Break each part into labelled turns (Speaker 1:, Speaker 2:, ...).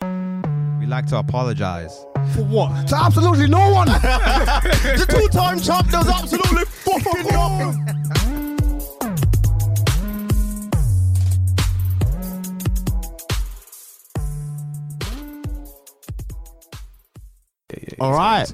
Speaker 1: We like to apologize.
Speaker 2: For what?
Speaker 3: To absolutely no one. the two-time champ does absolutely fucking nothing. All right.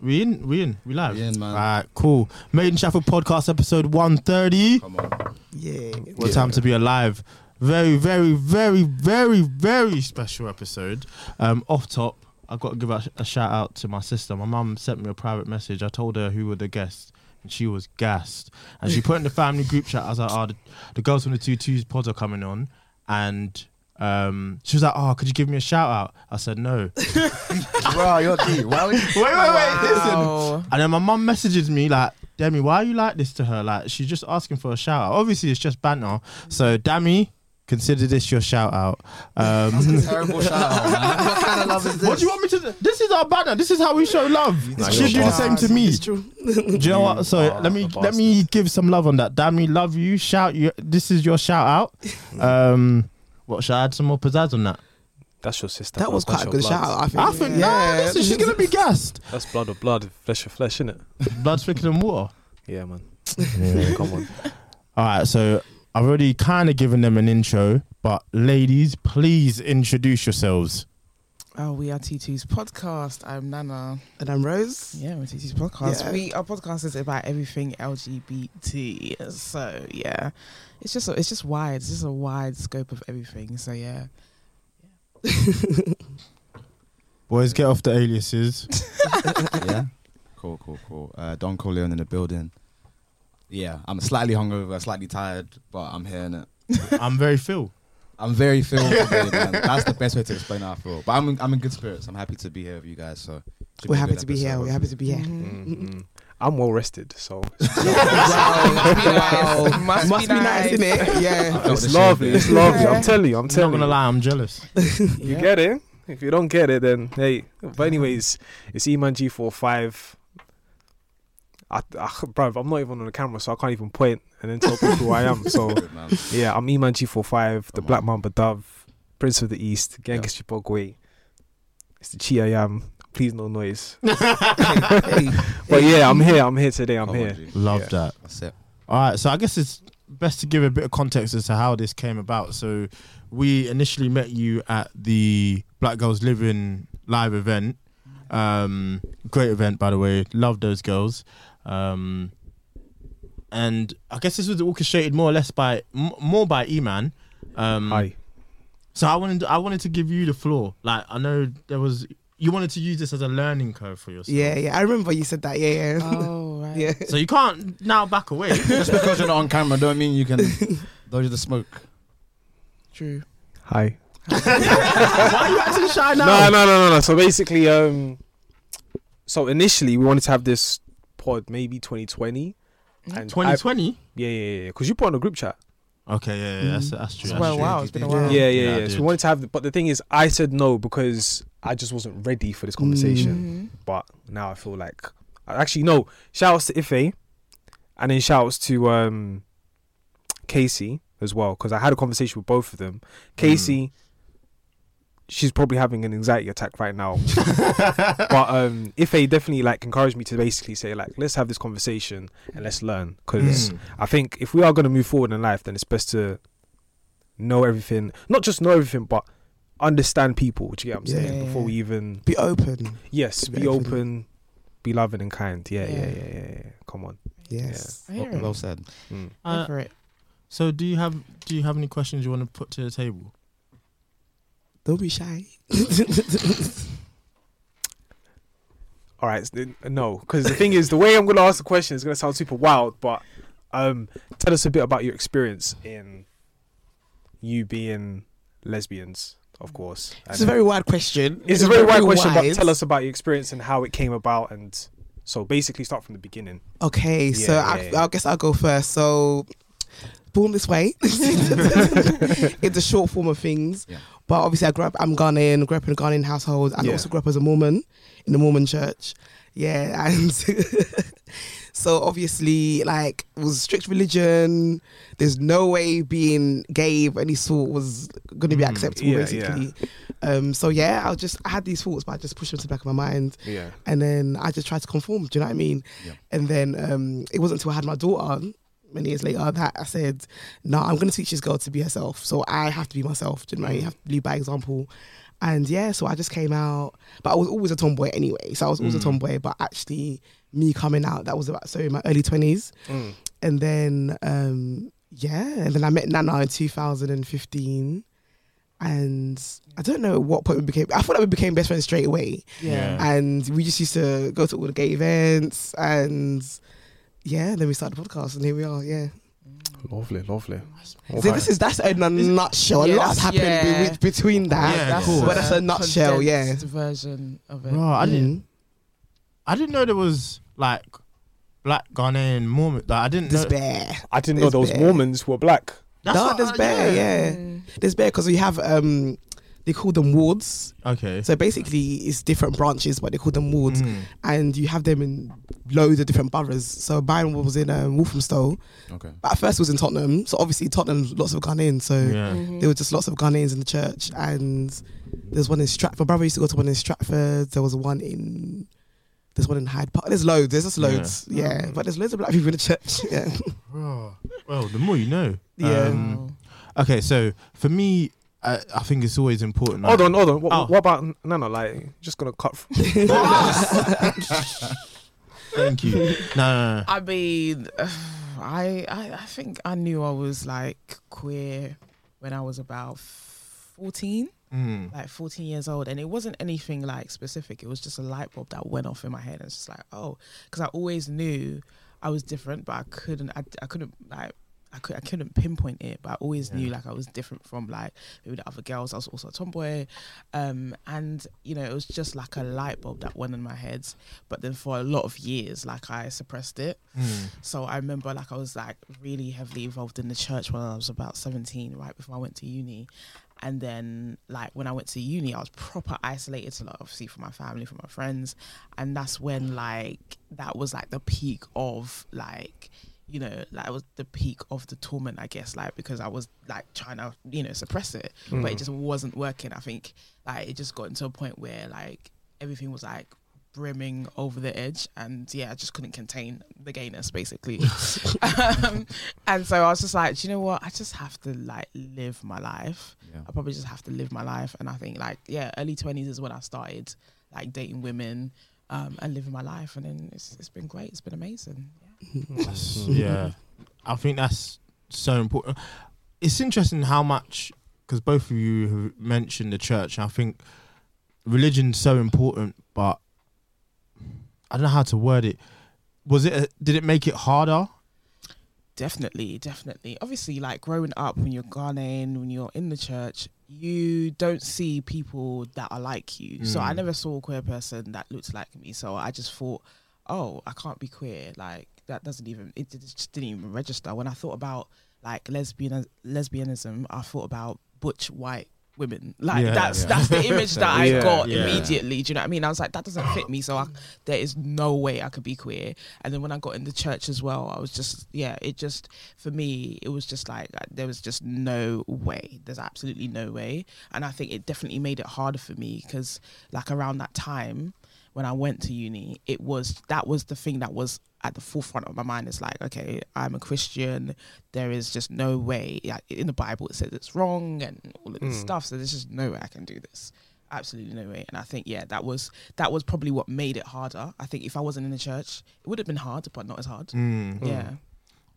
Speaker 3: We in, we in, we live. We in, man. All right, cool. Made in Sheffield podcast episode 130.
Speaker 1: Come on.
Speaker 3: Yeah. What time to be alive. Very, very, very, very, very special episode. Um, off top, I've got to give a, sh- a shout out to my sister. My mum sent me a private message. I told her who were the guests. And she was gassed. And she put in the family group chat. I was like, oh, the, the girls from the two twos pods are coming on. And um, she was like, oh, could you give me a shout out? I said, no.
Speaker 2: Bro, you're deep. Why would you?
Speaker 3: wait, wait, wait,
Speaker 4: Wow.
Speaker 3: listen. And then my mum messages me like, Demi, why are you like this to her? Like, she's just asking for a shout out. Obviously, it's just banter. So, Demi, consider this your shout out. Um,
Speaker 2: Terrible shout out, man. What kind of love is this?
Speaker 3: what do you want me to? do? This is our banner. This is how we show love. She'll do the same to me.
Speaker 4: It's true.
Speaker 3: Do you know what? So
Speaker 1: are
Speaker 3: let me
Speaker 1: a
Speaker 3: let me give some love on that. Dammy, love you. Shout you. This is your shout out. Um, what should I add some more pizzazz on that?
Speaker 5: That's your sister.
Speaker 4: That
Speaker 5: bro.
Speaker 4: was
Speaker 5: That's
Speaker 4: quite a
Speaker 5: your
Speaker 4: good
Speaker 5: blood.
Speaker 4: shout. I think.
Speaker 3: I think nah,
Speaker 4: Yeah.
Speaker 3: listen, she's gonna be gassed.
Speaker 5: That's blood of blood, flesh of flesh, innit?
Speaker 3: Blood thicker than water.
Speaker 5: Yeah, man. Come on.
Speaker 3: All right, so I've already kind of given them an intro, but ladies, please introduce yourselves.
Speaker 6: Oh, we are T2's podcast. I'm Nana.
Speaker 4: And I'm Rose.
Speaker 6: Yeah, we're T2's podcast.
Speaker 4: Yeah.
Speaker 6: We our podcast is about everything LGBT. So yeah, it's just it's just wide. It's just a wide scope of everything. So yeah,
Speaker 3: Boys, get off the aliases.
Speaker 2: yeah. Cool, cool, cool. Uh, Don Corleone in the building. Yeah, I'm slightly hungover, slightly tired, but I'm here in it.
Speaker 3: I'm very Phil.
Speaker 2: I'm very filled today, man. That's the best way to explain how I feel. But I'm in, I'm in good spirits. I'm happy to be here with you guys. So should
Speaker 4: We're
Speaker 2: a
Speaker 4: happy
Speaker 2: good
Speaker 4: to be here.
Speaker 2: episode.
Speaker 4: We're happy to be here.
Speaker 5: Mm-mm. I'm well rested, so
Speaker 6: wow,
Speaker 4: Must, be nice, innit?
Speaker 2: I
Speaker 4: Yeah.
Speaker 2: felt the
Speaker 5: it's
Speaker 2: shame
Speaker 5: lovely.
Speaker 2: there.
Speaker 5: It's lovely.
Speaker 6: Yeah.
Speaker 5: I'm telling you. I'm
Speaker 3: I'm not
Speaker 5: telling
Speaker 3: gonna
Speaker 5: you.
Speaker 3: lie, I'm jealous.
Speaker 5: You
Speaker 6: Yeah.
Speaker 5: get it. If you don't get it, then hey. But anyways, it's Eman G45. I, I, bruv, I'm not even on the camera, so I can't even point and then tell people who I am. So
Speaker 2: Good, man.
Speaker 5: yeah, I'm Eman G45, the
Speaker 2: Come
Speaker 5: Black
Speaker 2: on.
Speaker 5: Mamba Dove, Prince of the East, Genghis Chipogwe. It's the Chi I am. Please no noise. But yeah, I'm here. I'm here today. I'm
Speaker 2: Come on,
Speaker 5: here.
Speaker 2: G.
Speaker 3: Love
Speaker 5: Yeah.
Speaker 3: that.
Speaker 2: That's it.
Speaker 3: All right, so I guess it's best to give a bit of context as to how this came about. So we initially met you at the Black Girls Living live event. Um, great event, by the way. Love those girls. Um, and I guess this was orchestrated more or less by m- more by Eman. Um,
Speaker 5: Hi.
Speaker 3: So I wanted I wanted to give you the floor. Like I know there was you wanted to use this as a learning curve for yourself.
Speaker 4: Yeah, yeah. I remember you said that. Yeah, yeah.
Speaker 6: Oh right.
Speaker 4: yeah.
Speaker 3: So you can't now back away.
Speaker 2: Just because you're not on camera, don't mean you can. Those are the smoke.
Speaker 6: True.
Speaker 5: Hi.
Speaker 3: Why are you acting shy now?
Speaker 5: No, no, no, no, no. So basically, um, so initially we wanted to have this pod maybe 2020. And I-
Speaker 3: 2020.
Speaker 5: yeah, yeah, yeah. Because you put on a group chat.
Speaker 3: Okay, yeah, yeah, that's that's true.
Speaker 6: It's
Speaker 3: That's
Speaker 6: well,
Speaker 3: true.
Speaker 6: wow. It's been a
Speaker 2: Yeah.
Speaker 6: while.
Speaker 5: Yeah, yeah,
Speaker 3: Oh. Yeah, I
Speaker 5: yeah. So
Speaker 3: did.
Speaker 5: we wanted to have, but the thing is, I said no because I just wasn't ready for this
Speaker 4: Mm.
Speaker 5: conversation.
Speaker 4: Mm-hmm.
Speaker 6: Mhm.
Speaker 5: But now I feel like, actually, no. Shout outs to Ife, and then shout outs to um, Casey as well because I had a conversation with both of them.
Speaker 6: Mm.
Speaker 5: Casey, she's probably having an anxiety attack right now. but um, if they definitely like encouraged me to basically say like, let's have this conversation and let's learn because
Speaker 3: Mm.
Speaker 5: I think if we are going to move forward in life, then it's best to know everything, not just know everything, but understand people. Which you get what I'm saying
Speaker 6: Yeah.
Speaker 5: before we even
Speaker 4: Be open.
Speaker 5: yes, be
Speaker 4: Be open.
Speaker 5: open, be loving and kind. Yeah, yeah,
Speaker 6: Yeah.
Speaker 5: yeah, yeah. yeah. Come on.
Speaker 4: Yes.
Speaker 6: I
Speaker 2: Well,
Speaker 6: hear it.
Speaker 2: well said.
Speaker 5: Mm.
Speaker 6: Go
Speaker 3: Uh,
Speaker 6: for it.
Speaker 3: so do you have do you have any questions you want to put to the table?
Speaker 4: Don't be shy.
Speaker 5: All right. s- then- uh, No, because the thing is, the way I'm gonna ask the question is gonna sound super wild, but um, tell us a bit about your experience in you being lesbians. of course.
Speaker 4: It's a
Speaker 5: And-
Speaker 4: very wide question.
Speaker 5: it's a very wide question, but
Speaker 4: wide.
Speaker 5: tell us about your experience and how it came about. And so basically, start from the beginning.
Speaker 4: Okay,
Speaker 5: Yeah,
Speaker 4: so I,
Speaker 5: yeah, yeah.
Speaker 4: I guess I'll go first. So, born this way, it's a short form of things.
Speaker 2: Yeah.
Speaker 4: But obviously, I grew up. I'm Ghanaian. Grew up in a Ghanaian household, and
Speaker 5: Yeah.
Speaker 4: also grew up as a Mormon in the Mormon church. Yeah, and so obviously, like, it was strict religion. There's no way being gay of any sort was going to be
Speaker 3: Mm,
Speaker 4: acceptable,
Speaker 5: yeah, yeah.
Speaker 4: basically. Um, so yeah, I was just I had these thoughts, but I just pushed them to the back of my mind
Speaker 5: Yeah.
Speaker 4: and then I just tried to conform. Do you know what I mean?
Speaker 2: Yeah.
Speaker 4: And then um, it wasn't until I had my daughter many years later that I said, "No, I'm going to teach this girl to be herself. So I have to be myself. Do you know what I mean? I have to lead by example." And yeah, so I just came out, but I was always a tomboy anyway. So I was always
Speaker 5: Mm.
Speaker 4: a tomboy, but actually, me coming out that was about so in my early twenties,
Speaker 5: Mm.
Speaker 4: and then um, yeah, and then I met Nana in 2015. And I don't know at what point we became. I thought that we became best friends straight away
Speaker 3: Yeah.
Speaker 4: and we just used to go to all the gay events and yeah then we started the podcast and here we are yeah
Speaker 5: Lovely, lovely.
Speaker 4: so this is that's in a nutshell a
Speaker 6: Yeah,
Speaker 4: lot has
Speaker 6: that's-
Speaker 4: happened
Speaker 6: yeah.
Speaker 4: be- between that
Speaker 3: Yeah, cool.
Speaker 4: but that's a
Speaker 6: uh,
Speaker 4: nutshell yeah
Speaker 6: condensed version of it.
Speaker 3: Bro, I didn't.
Speaker 4: Mm.
Speaker 3: I didn't know there was like black Ghanaian Mormon. Like, I didn't
Speaker 4: there's
Speaker 3: know.
Speaker 4: bear
Speaker 5: I didn't know
Speaker 4: It's
Speaker 5: those
Speaker 4: bad.
Speaker 5: Mormons were black.
Speaker 3: That's
Speaker 4: no
Speaker 3: not-
Speaker 4: there's
Speaker 3: uh,
Speaker 4: bear yeah,
Speaker 6: Mm.
Speaker 4: there's bear because we have um they call them wards
Speaker 3: Okay.
Speaker 4: so basically it's different branches but they call them wards
Speaker 3: Mm.
Speaker 4: and you have them in loads of different boroughs so mine was in um, Walthamstow
Speaker 2: Okay.
Speaker 4: but at first it was in Tottenham so obviously Tottenham's lots of Ghanaians
Speaker 5: uh,
Speaker 4: so
Speaker 6: Mm.
Speaker 3: Yeah.
Speaker 4: there were just lots of Ghanaians in the church, and there's one in Stratford. My brother used to go to one in Stratford. There was one in, there's one in Hyde Park. There's loads. There's just
Speaker 3: Yeah.
Speaker 4: loads. Yeah, but there's loads of black people in the church. Yeah,
Speaker 3: Bro. Well, the more you know.
Speaker 4: Yeah.
Speaker 3: Um, okay, so for me, I, I think it's always important.
Speaker 5: Hold on, hold on. What,
Speaker 3: Oh.
Speaker 5: what about Nana? Like, just gonna cut. f-
Speaker 3: Thank you. no, no, no.
Speaker 6: I mean, I, I I think I knew I was like queer when I was about fourteen,
Speaker 3: Mm.
Speaker 6: like fourteen years old, and it wasn't anything like specific. It was just a light bulb that went off in my head, and it's just like, oh, because I always knew I was different, but I couldn't, I, I couldn't like. I, could, I couldn't pinpoint it, but I always
Speaker 3: Yeah.
Speaker 6: knew like I was different from like maybe the other girls. I was also a tomboy, um, and you know it was just like a light bulb that went in my head. But then for a lot of years, like I suppressed it.
Speaker 3: Mm.
Speaker 6: So I remember like I was like really heavily involved in the church when I was about 17, right before I went to uni. And then like when I went to uni, I was proper isolated to like obviously from my family, from my friends. And that's when like that was like the peak of like you know, like it was the peak of the torment, I guess, like because I was like trying to, you know, suppress it,
Speaker 5: Mm.
Speaker 6: but it just wasn't working. I think like it just got to a point where like everything was like brimming over the edge and yeah i just couldn't contain the gayness basically um, and so i was just like do you know what i just have to like live my life
Speaker 2: Yeah.
Speaker 6: i probably just have to live my life and i think like yeah early 20s is when i started like dating women um, and living my life and then it's, it's been great it's been amazing yeah.
Speaker 3: That's- yeah. I think that's so important. It's interesting how much, because both of you have mentioned the church, and I think religion's so important, but I don't know how to word it. Was it? A, did it make it harder?
Speaker 6: Definitely, definitely. Obviously, like growing up when you're Ghanaian, when you're in the church, you don't see people that are like you. So I
Speaker 3: Mm.
Speaker 6: never saw a queer person that looked like me. So I just thought, oh, I can't be queer. Like that doesn't even it, it just didn't even register. When I thought about like lesbian lesbianism, I thought about butch white women. Like
Speaker 3: Yeah,
Speaker 6: that's
Speaker 3: yeah.
Speaker 6: that's the image that I
Speaker 5: Yeah,
Speaker 6: got
Speaker 3: yeah.
Speaker 6: immediately. Do you know what I mean? I was like, that doesn't fit me. So I, there is no way I could be queer. And then when I got in the church as well, I was just yeah, it just for me it was just like uh, there was just no way. There's absolutely no way. And I think it definitely made it harder for me because like around that time when I went to uni, it was that was the thing that was at the forefront of my mind. It's like, okay, I'm a Christian. There is just no way. Like, in the Bible, it says it's wrong and all of this
Speaker 5: Mm.
Speaker 6: stuff. So there's just no way I can do this. Absolutely no way. And I think yeah, that was that was probably what made it harder. I think if I wasn't in the church, it would have been hard, but not as hard.
Speaker 3: Mm.
Speaker 6: Yeah.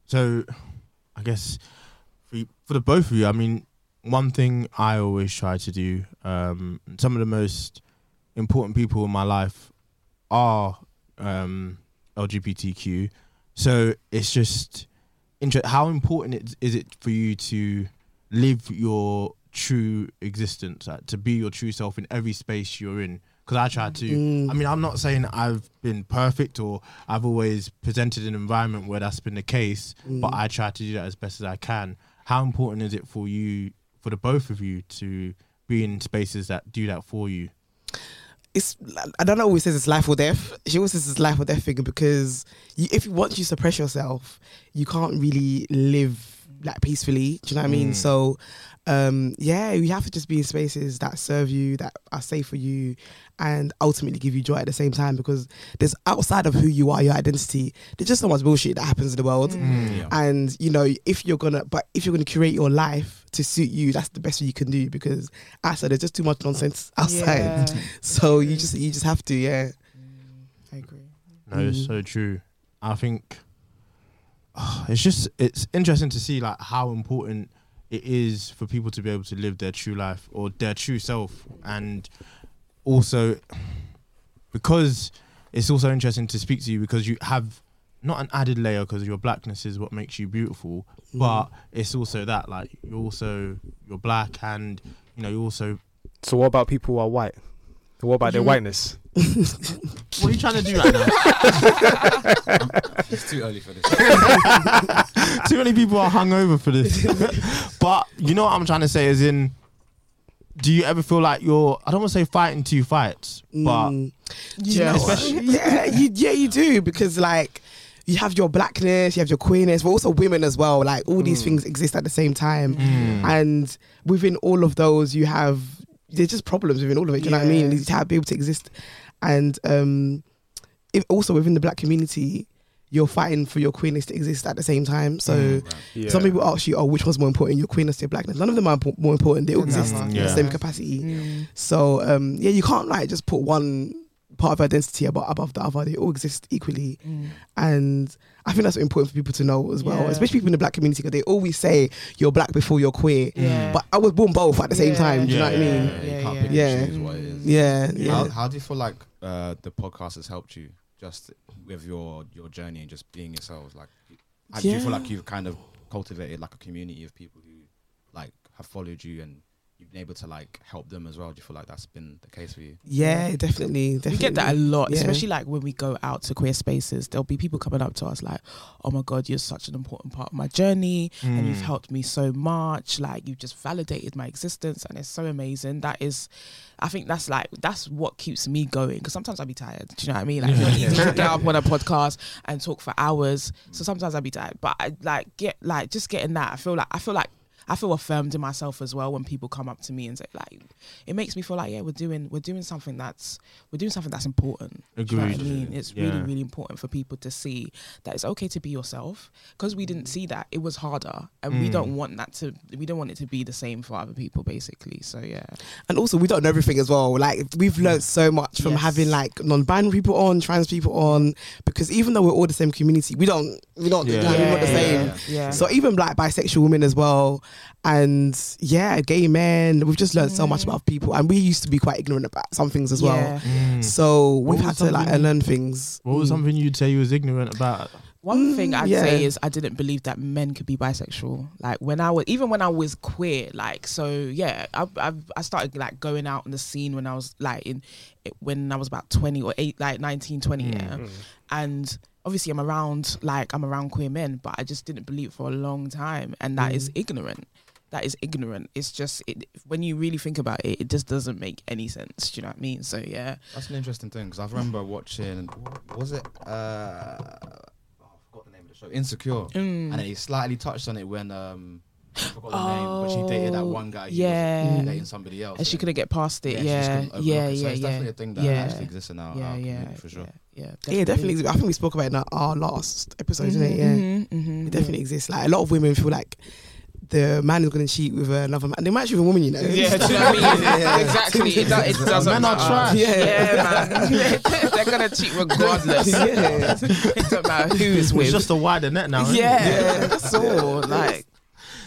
Speaker 3: So, I guess for, you- for the both of you, I mean, one thing I always try to do, um, some of the most important people in my life are um, LGBTQ. So it's just inter- how important it, is it for you to live your true existence, like, to be your true self in every space you're in. Because I try to. I mean, I'm not saying I've been perfect or I've always presented an environment where that's been the case, but I try to do that as best as I can. How important is it for you, for the both of you, to be in spaces that do that for you?
Speaker 4: it's I don't know. Always says it's life or death. She always says it's life or death figure because you, if you once you suppress yourself, you can't really live like peacefully. Do you know what I mean? So, um, yeah, you have to just be in spaces that serve you, that are safe for you, and ultimately give you joy at the same time. Because there's outside of who you are, your identity. There's just so much bullshit that happens in the world,
Speaker 3: Mm.
Speaker 4: and you know if you're gonna, but if you're gonna curate your life to suit you, that's the best thing you can do because I said there's just too much nonsense outside.
Speaker 6: Yeah.
Speaker 4: So you just you just have to, yeah.
Speaker 6: I agree.
Speaker 3: No, it's so true. I think ah, it's just it's interesting to see like how important it is for people to be able to live their true life or their true self, and also because it's also interesting to speak to you because you have not an added layer because your blackness is what makes you beautiful,
Speaker 4: Mm.
Speaker 3: but it's also that like you're also you're black and you know you're also
Speaker 5: So what about people who are white? What about their whiteness?
Speaker 3: what are you trying to do right now?
Speaker 2: It's too early for this.
Speaker 3: Too many people are hungover for this. but you know what I'm trying to say is in do you ever feel like you're I don't want to say fighting two fights,
Speaker 4: Mm.
Speaker 6: You know
Speaker 4: yeah, yeah, you, yeah, you do because like you have your blackness, you have your queerness, but also women as well. Like all
Speaker 6: Mm.
Speaker 4: these things exist at the same time,
Speaker 3: Mm.
Speaker 4: and within all of those, you have there's just problems within all of it. Do you know what I mean?
Speaker 6: Yeah.
Speaker 4: You have to be able to exist, and um, if also within the black community. You're fighting for your queerness to exist at the same time. So
Speaker 6: Mm.
Speaker 5: Yeah.
Speaker 4: some people ask you, "Oh, which one's more important, your queerness or your blackness?" None of them are impo- more important. They all
Speaker 6: Doesn't
Speaker 4: exist
Speaker 6: matter.
Speaker 4: in the
Speaker 3: Yeah.
Speaker 4: same capacity. So um, yeah, you can't like just put one part of identity above, above the other. They all exist equally, and I think that's important for people to know as well,
Speaker 6: Yeah.
Speaker 4: especially people in the black community because they always say you're black before you're queer.
Speaker 6: Yeah.
Speaker 4: But I was born both at the same time. Do you know what I
Speaker 6: Yeah.
Speaker 4: mean?
Speaker 2: Yeah,
Speaker 6: Yeah,
Speaker 2: you can't
Speaker 6: yeah.
Speaker 2: pick and
Speaker 4: Yeah.
Speaker 2: choose what it is.
Speaker 4: Yeah,
Speaker 2: How,
Speaker 4: yeah.
Speaker 2: how do you feel like uh, the podcast has helped you just with your your journey and just being yourselves? Like, how do you feel
Speaker 4: Yeah.
Speaker 2: like you've kind of cultivated like a community of people who like have followed you and you've been able to like help them as well? Do you feel like that's been the case for you?
Speaker 4: Yeah, definitely, definitely.
Speaker 6: We get that a lot,
Speaker 4: Yeah.
Speaker 6: especially like when we go out to queer spaces. There'll be people coming up to us like, "Oh my god, you're such an important part of my journey, and
Speaker 3: Mm.
Speaker 6: you've helped me so much. Like you've just validated my existence, and it's so amazing." That is, I think that's like that's what keeps me going because sometimes I'll be tired. Do you know what I mean? Like it's not easy to get up on a podcast and talk for hours, so sometimes I'll be tired. But I like get like just getting that. I feel like I feel like. I feel affirmed in myself as well when people come up to me and say like, it makes me feel like yeah we're doing we're doing something that's we're doing something that's important. Do you know what I
Speaker 3: Agreed.
Speaker 6: mean, it's really,
Speaker 3: Yeah.
Speaker 6: really important for people to see that it's okay to be yourself. Because we didn't see that, it was harder, and we don't want that to. We don't want it to be the same for other people, basically. So yeah,
Speaker 4: and also we don't know everything as well. Like we've learned so much from
Speaker 6: Mm. Yes.
Speaker 4: having like non-binary people on, trans people on, because even though we're all the same community, we don't we don't
Speaker 3: Yeah.
Speaker 4: we're not the
Speaker 6: Yeah.
Speaker 4: same.
Speaker 6: Yeah. Yeah.
Speaker 4: So even like bisexual women as well, and yeah, gay men. We've just learned so much about people, and we used to be quite ignorant about some things as well.
Speaker 6: Mm. Yeah.
Speaker 4: So we've
Speaker 3: was
Speaker 4: had to like
Speaker 3: something-
Speaker 4: learn things.
Speaker 3: Mm. What
Speaker 6: Mm.
Speaker 3: was something you'd say you was ignorant about?
Speaker 6: One
Speaker 4: Mm,
Speaker 6: thing I'd
Speaker 4: yeah.
Speaker 6: say is I didn't believe that men could be bisexual. Like when I was, even when I was queer, like so, yeah, I I, I started like going out in the scene when I was like in when I was about twenty or eight, like 19, 20, yeah.
Speaker 2: Mm.
Speaker 6: And obviously, I'm around like I'm around queer men, but I just didn't believe for a long time, and that is ignorant. That is ignorant. It's just it, when you really think about it, it just doesn't make any sense. Do you know what I mean? So yeah,
Speaker 2: That's an interesting thing because I remember watching. Was it? Uh, oh, I forgot the name of the show. Insecure,
Speaker 6: Mm.
Speaker 2: and he slightly touched on it when um, I forgot the name, but she dated that
Speaker 6: Oh,
Speaker 2: one guy. Who
Speaker 6: yeah.
Speaker 2: was dating somebody else,
Speaker 6: and she
Speaker 2: and-
Speaker 6: couldn't get past it.
Speaker 2: she just
Speaker 6: Yeah,
Speaker 2: couldn't overlook
Speaker 6: yeah, yeah,
Speaker 2: it. So
Speaker 6: yeah.
Speaker 2: it's definitely a thing that
Speaker 6: yeah.
Speaker 2: actually exists in our,
Speaker 6: yeah,
Speaker 2: our
Speaker 6: yeah,
Speaker 2: community for sure.
Speaker 6: Yeah, yeah,
Speaker 4: Yeah, definitely. I think we spoke about it in our, our last episode, didn't it? Yeah.
Speaker 6: hmm
Speaker 4: It definitely exists. Like a lot of women feel like the man is going to cheat with another man. They might cheat with a woman, you know.
Speaker 6: Yeah, do you know what I mean? Exactly. It, do, it doesn't
Speaker 3: Men are
Speaker 6: matter.
Speaker 3: trash.
Speaker 6: Yeah, man. They're gonna cheat regardless.
Speaker 4: Yeah.
Speaker 6: it doesn't matter who is
Speaker 3: It's
Speaker 6: with.
Speaker 3: just a wider net now.
Speaker 6: yeah,
Speaker 3: isn't it?
Speaker 6: that's all. Like,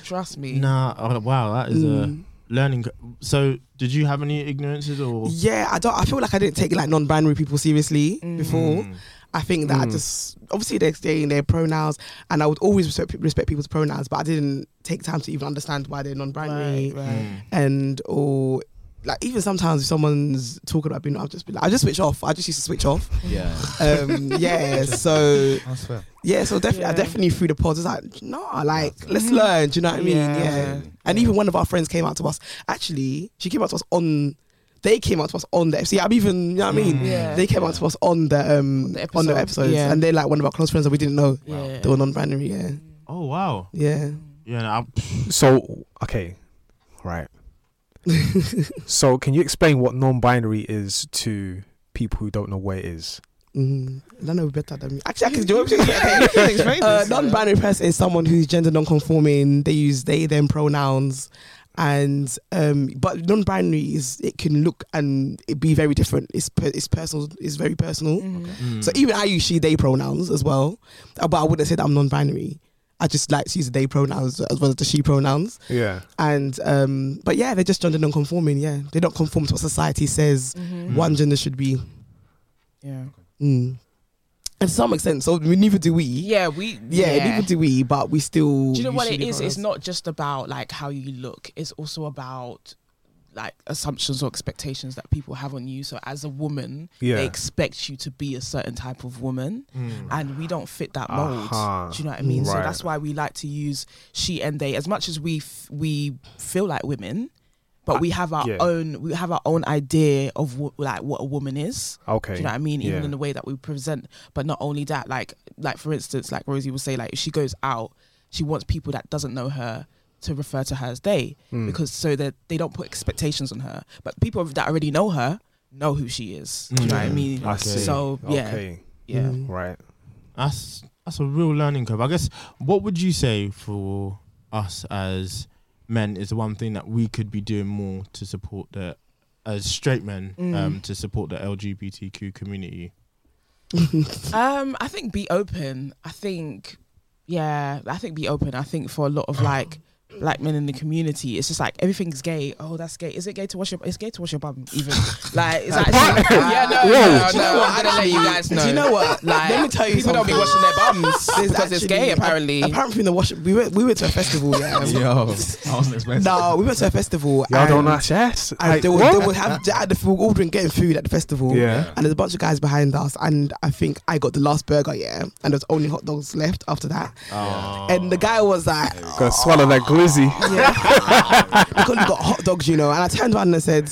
Speaker 6: trust me.
Speaker 3: Nah. oh, wow. That is
Speaker 4: Mm.
Speaker 3: a learning. gr- So, did you
Speaker 4: Mm.
Speaker 3: have any ignorances or?
Speaker 6: Mm.
Speaker 3: Mm.
Speaker 4: Yeah, I don't. I feel like I didn't take like non-binary people seriously before, I think that I
Speaker 5: Mm.
Speaker 4: just obviously they're saying their pronouns, and I would always respect, respect people's pronouns, but I didn't take time to even understand why they're non-binary
Speaker 6: Right, right.
Speaker 3: Mm.
Speaker 4: and or like even sometimes if someone's talking about being, I'll just be like, I just switch off. I just used to switch off.
Speaker 2: Yeah.
Speaker 4: Um, yeah, so
Speaker 2: I swear.
Speaker 4: yeah, so definitely, I
Speaker 6: Yeah.
Speaker 4: definitely through the pods. It's like, no, like let's learn. Do you know what I mean? Yeah.
Speaker 6: Yeah.
Speaker 4: And even one of our friends came out to us. Actually, she came out to us on. They came out to us on the See, I'm even. You know what I mean?
Speaker 6: Yeah.
Speaker 4: They came out to us on the um
Speaker 6: Mm. The
Speaker 4: on the
Speaker 6: episode.
Speaker 4: episodes,
Speaker 6: Yeah.
Speaker 4: and they're like one of our close friends that we didn't know.
Speaker 6: Yeah.
Speaker 4: They were non-binary. Yeah,
Speaker 3: Oh wow.
Speaker 4: yeah.
Speaker 3: Yeah. no, I'm-
Speaker 5: So okay, right. so can you explain what non-binary is to people who don't know what it is?
Speaker 4: Mm, I know better than me. Actually, I can do you want me to explain it? Uh, non-binary person is someone who's gender non-conforming. They use they them pronouns, and um, but non-binary is it can look and it be very different. It's per, it's personal. It's very personal.
Speaker 6: Mm-hmm.
Speaker 3: mm.
Speaker 4: So e- even I use she they pronouns as well, uh, but I wouldn't say that I'm non-binary. I just like to use the they pronouns as well as the she pronouns.
Speaker 5: Yeah.
Speaker 4: And um, but yeah, they're just gender non-conforming. Yeah, they don't conform to what society says
Speaker 6: Mhm.
Speaker 4: one gender should be.
Speaker 6: Yeah.
Speaker 4: Mm. And to some extent, so we neither do we.
Speaker 6: Yeah, we.
Speaker 4: Yeah, neither do we, but we still.
Speaker 6: Do you know what it
Speaker 4: usually
Speaker 6: is? It's
Speaker 4: vote.
Speaker 6: not just about like how you look. It's also about like assumptions or expectations that people have on you. So as a woman,
Speaker 5: Yeah.
Speaker 6: they expect you to be a certain type of woman,
Speaker 3: mm,
Speaker 6: and we don't fit that mold.
Speaker 5: Uh-huh.
Speaker 6: Do you know what I mean? So
Speaker 5: Right.
Speaker 6: that's why we like to use she and they as much as we f- we feel like women, but we have our
Speaker 5: yeah.
Speaker 6: own we have our own idea of what, like what a woman is.
Speaker 5: Okay.
Speaker 6: Do you know what I mean? Even
Speaker 5: Yeah.
Speaker 6: in the way that we present. But not only that, like like for instance, like Rosie would say, like if she goes out, she wants people that doesn't know her to refer to her as they because so that they don't put expectations on her. But people that already know her know who she is. Do you know what I
Speaker 3: Mm.
Speaker 6: mean?
Speaker 3: I see.
Speaker 6: So yeah.
Speaker 5: Okay.
Speaker 6: Yeah.
Speaker 5: Right.
Speaker 3: That's that's a real learning curve. I guess what would you say for us as men is the one thing that we could be doing more to support the as straight men um, to support the LGBTQ community.
Speaker 6: Um, I think be open. I think, yeah, I think be open. I think for a lot of like black men in the community, it's just like everything's gay. Oh, that's gay. Is it gay to wash your? It's gay to wash your bum. Even like, it's actually, yeah, no,
Speaker 5: Whoa.
Speaker 6: no, no,
Speaker 4: Do you know what?
Speaker 6: I'm gonna let you guys know.
Speaker 4: Do you know what?
Speaker 6: Like,
Speaker 4: Let me tell you
Speaker 6: people don't be
Speaker 4: something.
Speaker 6: washing their bums
Speaker 4: There's
Speaker 6: because it's gay.
Speaker 4: actually-
Speaker 6: Apparently,
Speaker 4: Apparently, in the wash, we went, we went to a festival. Yeah.
Speaker 2: Yo, I wasn't expecting.
Speaker 4: no, we went to a festival.
Speaker 5: Y'all
Speaker 4: and,
Speaker 5: don't ask yes.
Speaker 4: And
Speaker 5: Like,
Speaker 4: they were,
Speaker 5: what?
Speaker 4: they were have, at the food, ordering, getting food at the festival.
Speaker 5: Yeah.
Speaker 4: And there's a bunch of guys behind us, and I think I got the last burger, yeah, and there's only hot dogs left after that.
Speaker 5: Oh.
Speaker 4: And the guy was like,
Speaker 5: Gotta swallow that glizzy.
Speaker 4: I couldn't got hot dogs, you know. And I turned around and I said,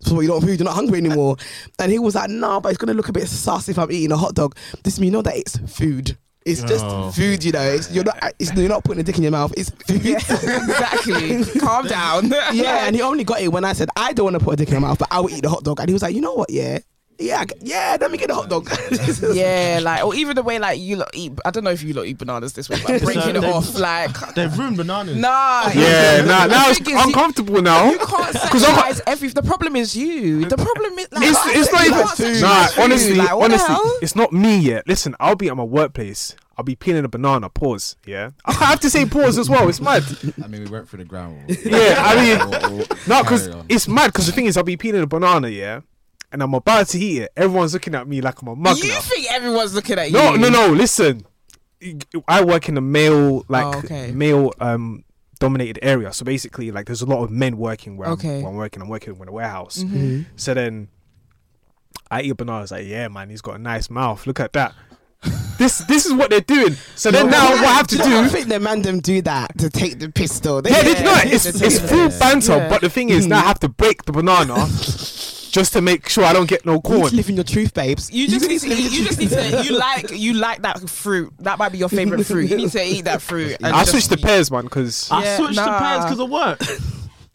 Speaker 4: so what, you don't food, you're not hungry anymore. And he was like, nah, but it's gonna look a bit sus if I'm eating a hot dog. This means you know that it's food. It's
Speaker 3: Oh.
Speaker 4: just food, you know. It's, you're not. It's, you're not putting a dick in your mouth. It's food.
Speaker 6: exactly. Calm down.
Speaker 4: yeah, and he only got it when I said I don't want to put a dick in my mouth, but I will eat the hot dog. And he was like, you know what? Yeah, yeah, I g- yeah. Let me get the hot dog. This is-
Speaker 6: Yeah, like or even the way like you lot eat. I don't know if you lot eat bananas this way, but breaking it
Speaker 3: they-
Speaker 6: off like
Speaker 3: They've ruined bananas.
Speaker 6: nah.
Speaker 5: Yeah. Nah. Now it's
Speaker 6: The thing is, you-
Speaker 5: uncomfortable now.
Speaker 6: You can't
Speaker 5: I'm-
Speaker 6: sexualize everything. The problem is you. The problem is like,
Speaker 5: It's,
Speaker 6: you
Speaker 5: it's not
Speaker 6: can't
Speaker 5: even.
Speaker 6: sexualize
Speaker 5: Nah,
Speaker 6: food.
Speaker 5: honestly,
Speaker 6: Like, what the
Speaker 5: honestly,
Speaker 6: hell?
Speaker 5: it's not me yet. Listen, I'll be at my workplace. I'll be peeling a banana. Pause. Yeah. I have to say pause as well. It's mad.
Speaker 2: I mean, we went through the ground.
Speaker 5: Yeah, I mean,
Speaker 2: mean,
Speaker 5: no, because it's mad. Because the thing is, I'll be peeling a banana, yeah, and I'm about to eat it. Everyone's looking at me like I'm a mug.
Speaker 6: You
Speaker 5: now.
Speaker 6: think everyone's looking at you?
Speaker 5: No, no, no. Listen, I work in a male, like
Speaker 6: Oh, okay.
Speaker 5: male, um, dominated area. So basically, like, there's a lot of men working where,
Speaker 6: Okay.
Speaker 5: I'm, where I'm working. I'm working in a warehouse. So then, I eat a banana. I was like, yeah, man, he's got a nice mouth. Look at that. this, this is what they're doing. So then now, what I have to
Speaker 4: You know, I
Speaker 5: do?
Speaker 4: think the man them do that to take the pistol. They-
Speaker 5: Yeah, they- no, it's, it's full banter.
Speaker 6: Yeah.
Speaker 5: But the thing is, now I have to break the banana just to make sure I don't get no
Speaker 4: You need to
Speaker 5: corn.
Speaker 4: live in your truth, babes.
Speaker 6: You just need to.
Speaker 4: live in
Speaker 6: Eat,
Speaker 4: your
Speaker 6: you just
Speaker 4: truth.
Speaker 6: need to. You like. You like that fruit. That might be your favorite fruit. You need to eat that fruit. And
Speaker 5: I
Speaker 6: just-
Speaker 5: switched the pears, man, because
Speaker 3: I
Speaker 6: Yeah,
Speaker 3: switched
Speaker 6: nah.
Speaker 3: to pants because of work.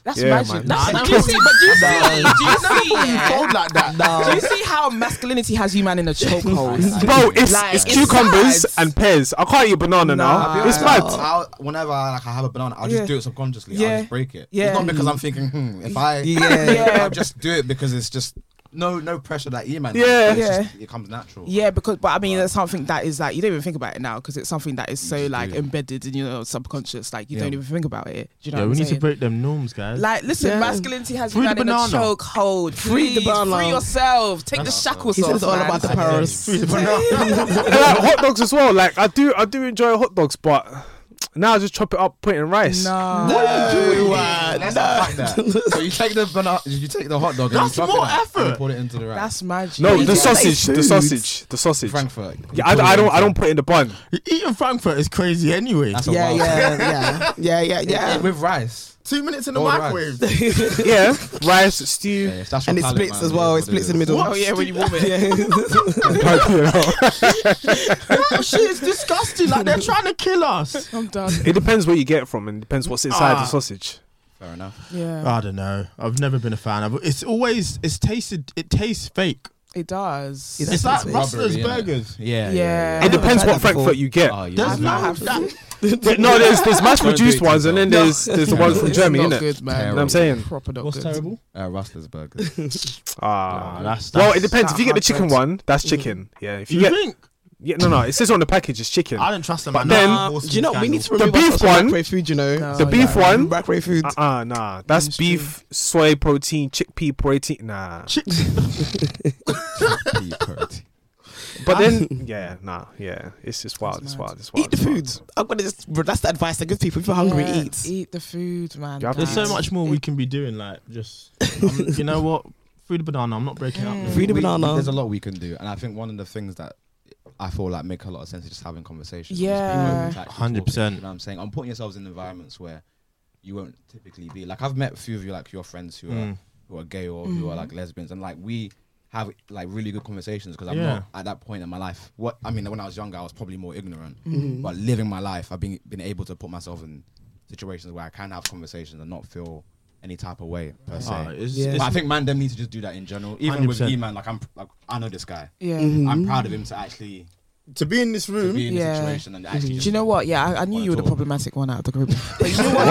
Speaker 6: That's
Speaker 5: Yeah,
Speaker 6: magic.
Speaker 5: man.
Speaker 6: That's
Speaker 3: Nah,
Speaker 6: do you see? But do you see? Do you see? yeah?
Speaker 4: Fold like that. No.
Speaker 6: Do you see how masculinity has you man in a chokehold?
Speaker 5: Bro, it's,
Speaker 6: Like,
Speaker 5: it's
Speaker 6: it's
Speaker 5: cucumbers
Speaker 6: sides.
Speaker 5: and pears. I can't eat banana
Speaker 6: Nah.
Speaker 5: now. It's mad.
Speaker 2: I'll, whenever I, like, I have a banana, I'll just
Speaker 6: Yeah.
Speaker 2: do it subconsciously.
Speaker 6: Yeah.
Speaker 2: I'll just break it.
Speaker 6: Yeah.
Speaker 2: It's not because I'm thinking, hmm, if I,
Speaker 4: Yeah.
Speaker 2: I'll just do it because it's just no no pressure that E man.
Speaker 6: Yeah.
Speaker 2: it's
Speaker 6: Yeah.
Speaker 2: Just, it comes natural.
Speaker 6: Yeah, because but I mean
Speaker 2: Right.
Speaker 6: that's something that is like you don't even think about it now because it's something that is so
Speaker 2: just do
Speaker 6: like
Speaker 2: it.
Speaker 6: embedded in your subconscious. Like you
Speaker 2: Yeah.
Speaker 6: don't even think about it. Do you know?
Speaker 3: yeah,
Speaker 6: what
Speaker 3: we
Speaker 6: I'm
Speaker 3: need
Speaker 6: saying?
Speaker 3: to break them norms, guys.
Speaker 6: Like, listen,
Speaker 4: Yeah.
Speaker 6: masculinity has
Speaker 3: Free
Speaker 6: been
Speaker 3: the
Speaker 6: had in a
Speaker 3: banana.
Speaker 6: chokehold.
Speaker 4: Free the
Speaker 6: Please,
Speaker 4: banana.
Speaker 6: Free yourself. Take
Speaker 2: That's-
Speaker 6: the shackles
Speaker 4: He
Speaker 6: off.
Speaker 4: said it's all
Speaker 6: man.
Speaker 4: about the powers.
Speaker 5: And, like, hot dogs as well. Like I do, I do enjoy hot dogs, but now I just chop it up, put it in rice.
Speaker 6: No.
Speaker 2: Let's unpack that. So you take the banana, you take the hot dog and
Speaker 3: That's
Speaker 2: you chop
Speaker 3: more
Speaker 2: it up
Speaker 3: effort.
Speaker 2: and you put it into the rice.
Speaker 6: That's magic.
Speaker 5: No, the
Speaker 4: just like
Speaker 5: sausage, the
Speaker 4: food.
Speaker 5: sausage, the sausage.
Speaker 2: Frankfurt.
Speaker 5: Yeah, I, I don't, I don't put it in the bun.
Speaker 3: Eating Frankfurt is crazy anyway.
Speaker 2: That's a
Speaker 4: Yeah,
Speaker 2: wild
Speaker 4: yeah, yeah, yeah, yeah,
Speaker 2: Yeah,
Speaker 4: yeah.
Speaker 2: With rice.
Speaker 3: Two minutes in the
Speaker 2: All right.
Speaker 3: microwave.
Speaker 5: yeah, rice stew.
Speaker 2: Yeah, that's your
Speaker 4: And it
Speaker 2: palate,
Speaker 4: splits
Speaker 2: man.
Speaker 4: as well. It
Speaker 2: That's what
Speaker 4: splits in the
Speaker 2: is.
Speaker 4: middle.
Speaker 6: Oh yeah, when you warm it.
Speaker 3: That shit is disgusting. Like they're trying to kill us.
Speaker 6: I'm done.
Speaker 5: it depends where you get it from, and depends what's inside
Speaker 3: Ah.
Speaker 5: the sausage.
Speaker 2: Fair enough.
Speaker 6: Yeah,
Speaker 3: I don't know. I've never been a fan of. It's always it's tasted. It tastes fake.
Speaker 6: it does.
Speaker 4: It That
Speaker 3: it's like
Speaker 4: tastes
Speaker 3: Rustler's
Speaker 2: rubbery, innit?
Speaker 3: burgers.
Speaker 2: Yeah.
Speaker 6: Yeah. I
Speaker 5: It
Speaker 6: never
Speaker 5: depends
Speaker 4: tried
Speaker 5: what
Speaker 4: that
Speaker 5: Frankfurt
Speaker 4: before.
Speaker 5: you get.
Speaker 2: Oh, yeah.
Speaker 3: There's
Speaker 2: It's
Speaker 3: no
Speaker 6: not-
Speaker 3: that-
Speaker 5: But no, there's there's mass
Speaker 2: Don't do it
Speaker 5: produced
Speaker 2: to
Speaker 5: ones, and then
Speaker 2: yourself.
Speaker 5: there's there's the ones from
Speaker 6: It's
Speaker 5: Germany,
Speaker 6: not
Speaker 5: innit?
Speaker 6: good, man.
Speaker 2: Terrible.
Speaker 5: Know what I'm saying?
Speaker 6: Proper not
Speaker 3: What's
Speaker 6: good.
Speaker 3: terrible?
Speaker 2: Uh, Rustler's burger.
Speaker 5: Ah,
Speaker 3: Nah, that's-
Speaker 5: well, it
Speaker 3: that's-
Speaker 5: depends. If you get the
Speaker 6: that's
Speaker 5: chicken
Speaker 6: hard
Speaker 5: one, that's chicken. Yeah, if
Speaker 3: You,
Speaker 5: you get
Speaker 3: think?
Speaker 5: yeah, no, no, it says on the package it's chicken.
Speaker 3: I don't trust them.
Speaker 5: But
Speaker 3: man.
Speaker 5: then-
Speaker 3: Nah,
Speaker 4: Um,
Speaker 3: Wilson
Speaker 4: do you know
Speaker 3: scandal.
Speaker 4: we need to remove
Speaker 5: The beef
Speaker 4: ourselves from
Speaker 5: one-
Speaker 4: microwave food? You know,
Speaker 6: No,
Speaker 5: The beef
Speaker 6: yeah.
Speaker 5: one?
Speaker 4: microwave food.
Speaker 5: Uh uh nah. That's beef, soy protein, chickpea protein. Nah. But then, yeah, nah, yeah. It's just wild. It's
Speaker 6: mad.
Speaker 5: wild. It's wild.
Speaker 4: Eat the
Speaker 5: it's wild.
Speaker 4: food. I'm gonna just. bro, That's the advice I give people. If you're hungry,
Speaker 6: Yeah,
Speaker 4: eat.
Speaker 6: Eat the food, man.
Speaker 5: You have to
Speaker 3: There's so
Speaker 5: Nah.
Speaker 6: guys.
Speaker 3: much more we can be doing. Like just, um, you know what? Free the banana. I'm not breaking up.
Speaker 6: Mm.
Speaker 4: Free the
Speaker 2: We-
Speaker 4: banana.
Speaker 2: There's a lot we can do, and I think one of the things that I feel like make a lot of sense is just having conversations. and just being
Speaker 6: Yeah.
Speaker 2: open to actually
Speaker 3: 100%.
Speaker 2: talking, You know what I'm saying? I'm putting yourselves in environments where you won't typically be. Like I've met a few of you, like your friends who are
Speaker 3: Mm.
Speaker 2: who are gay or
Speaker 6: Mm.
Speaker 2: who are like lesbians, and like we have like really good conversations because I'm
Speaker 3: Yeah.
Speaker 2: not at that point in my life. What I mean, when I was younger, I was probably more ignorant,
Speaker 6: Mm-hmm.
Speaker 2: but living my life, I've been been able to put myself in situations where I can have conversations and not feel any type of way per se.
Speaker 3: Ah, it's-
Speaker 4: Yeah.
Speaker 3: it's-
Speaker 2: But I think man, them need to just do that in general. Even with
Speaker 3: 100%.
Speaker 2: E man, like I'm, like I know this guy.
Speaker 6: Yeah.
Speaker 4: Mm-hmm. Mm.
Speaker 2: I'm proud of him to actually
Speaker 3: to be in this
Speaker 2: to
Speaker 3: room.
Speaker 2: be in
Speaker 6: Yeah.
Speaker 2: the situation and actually.
Speaker 6: Do you know what? Yeah, I, I knew
Speaker 2: Wanna
Speaker 6: you were the
Speaker 2: talk.
Speaker 6: problematic one out of the group. But you know what?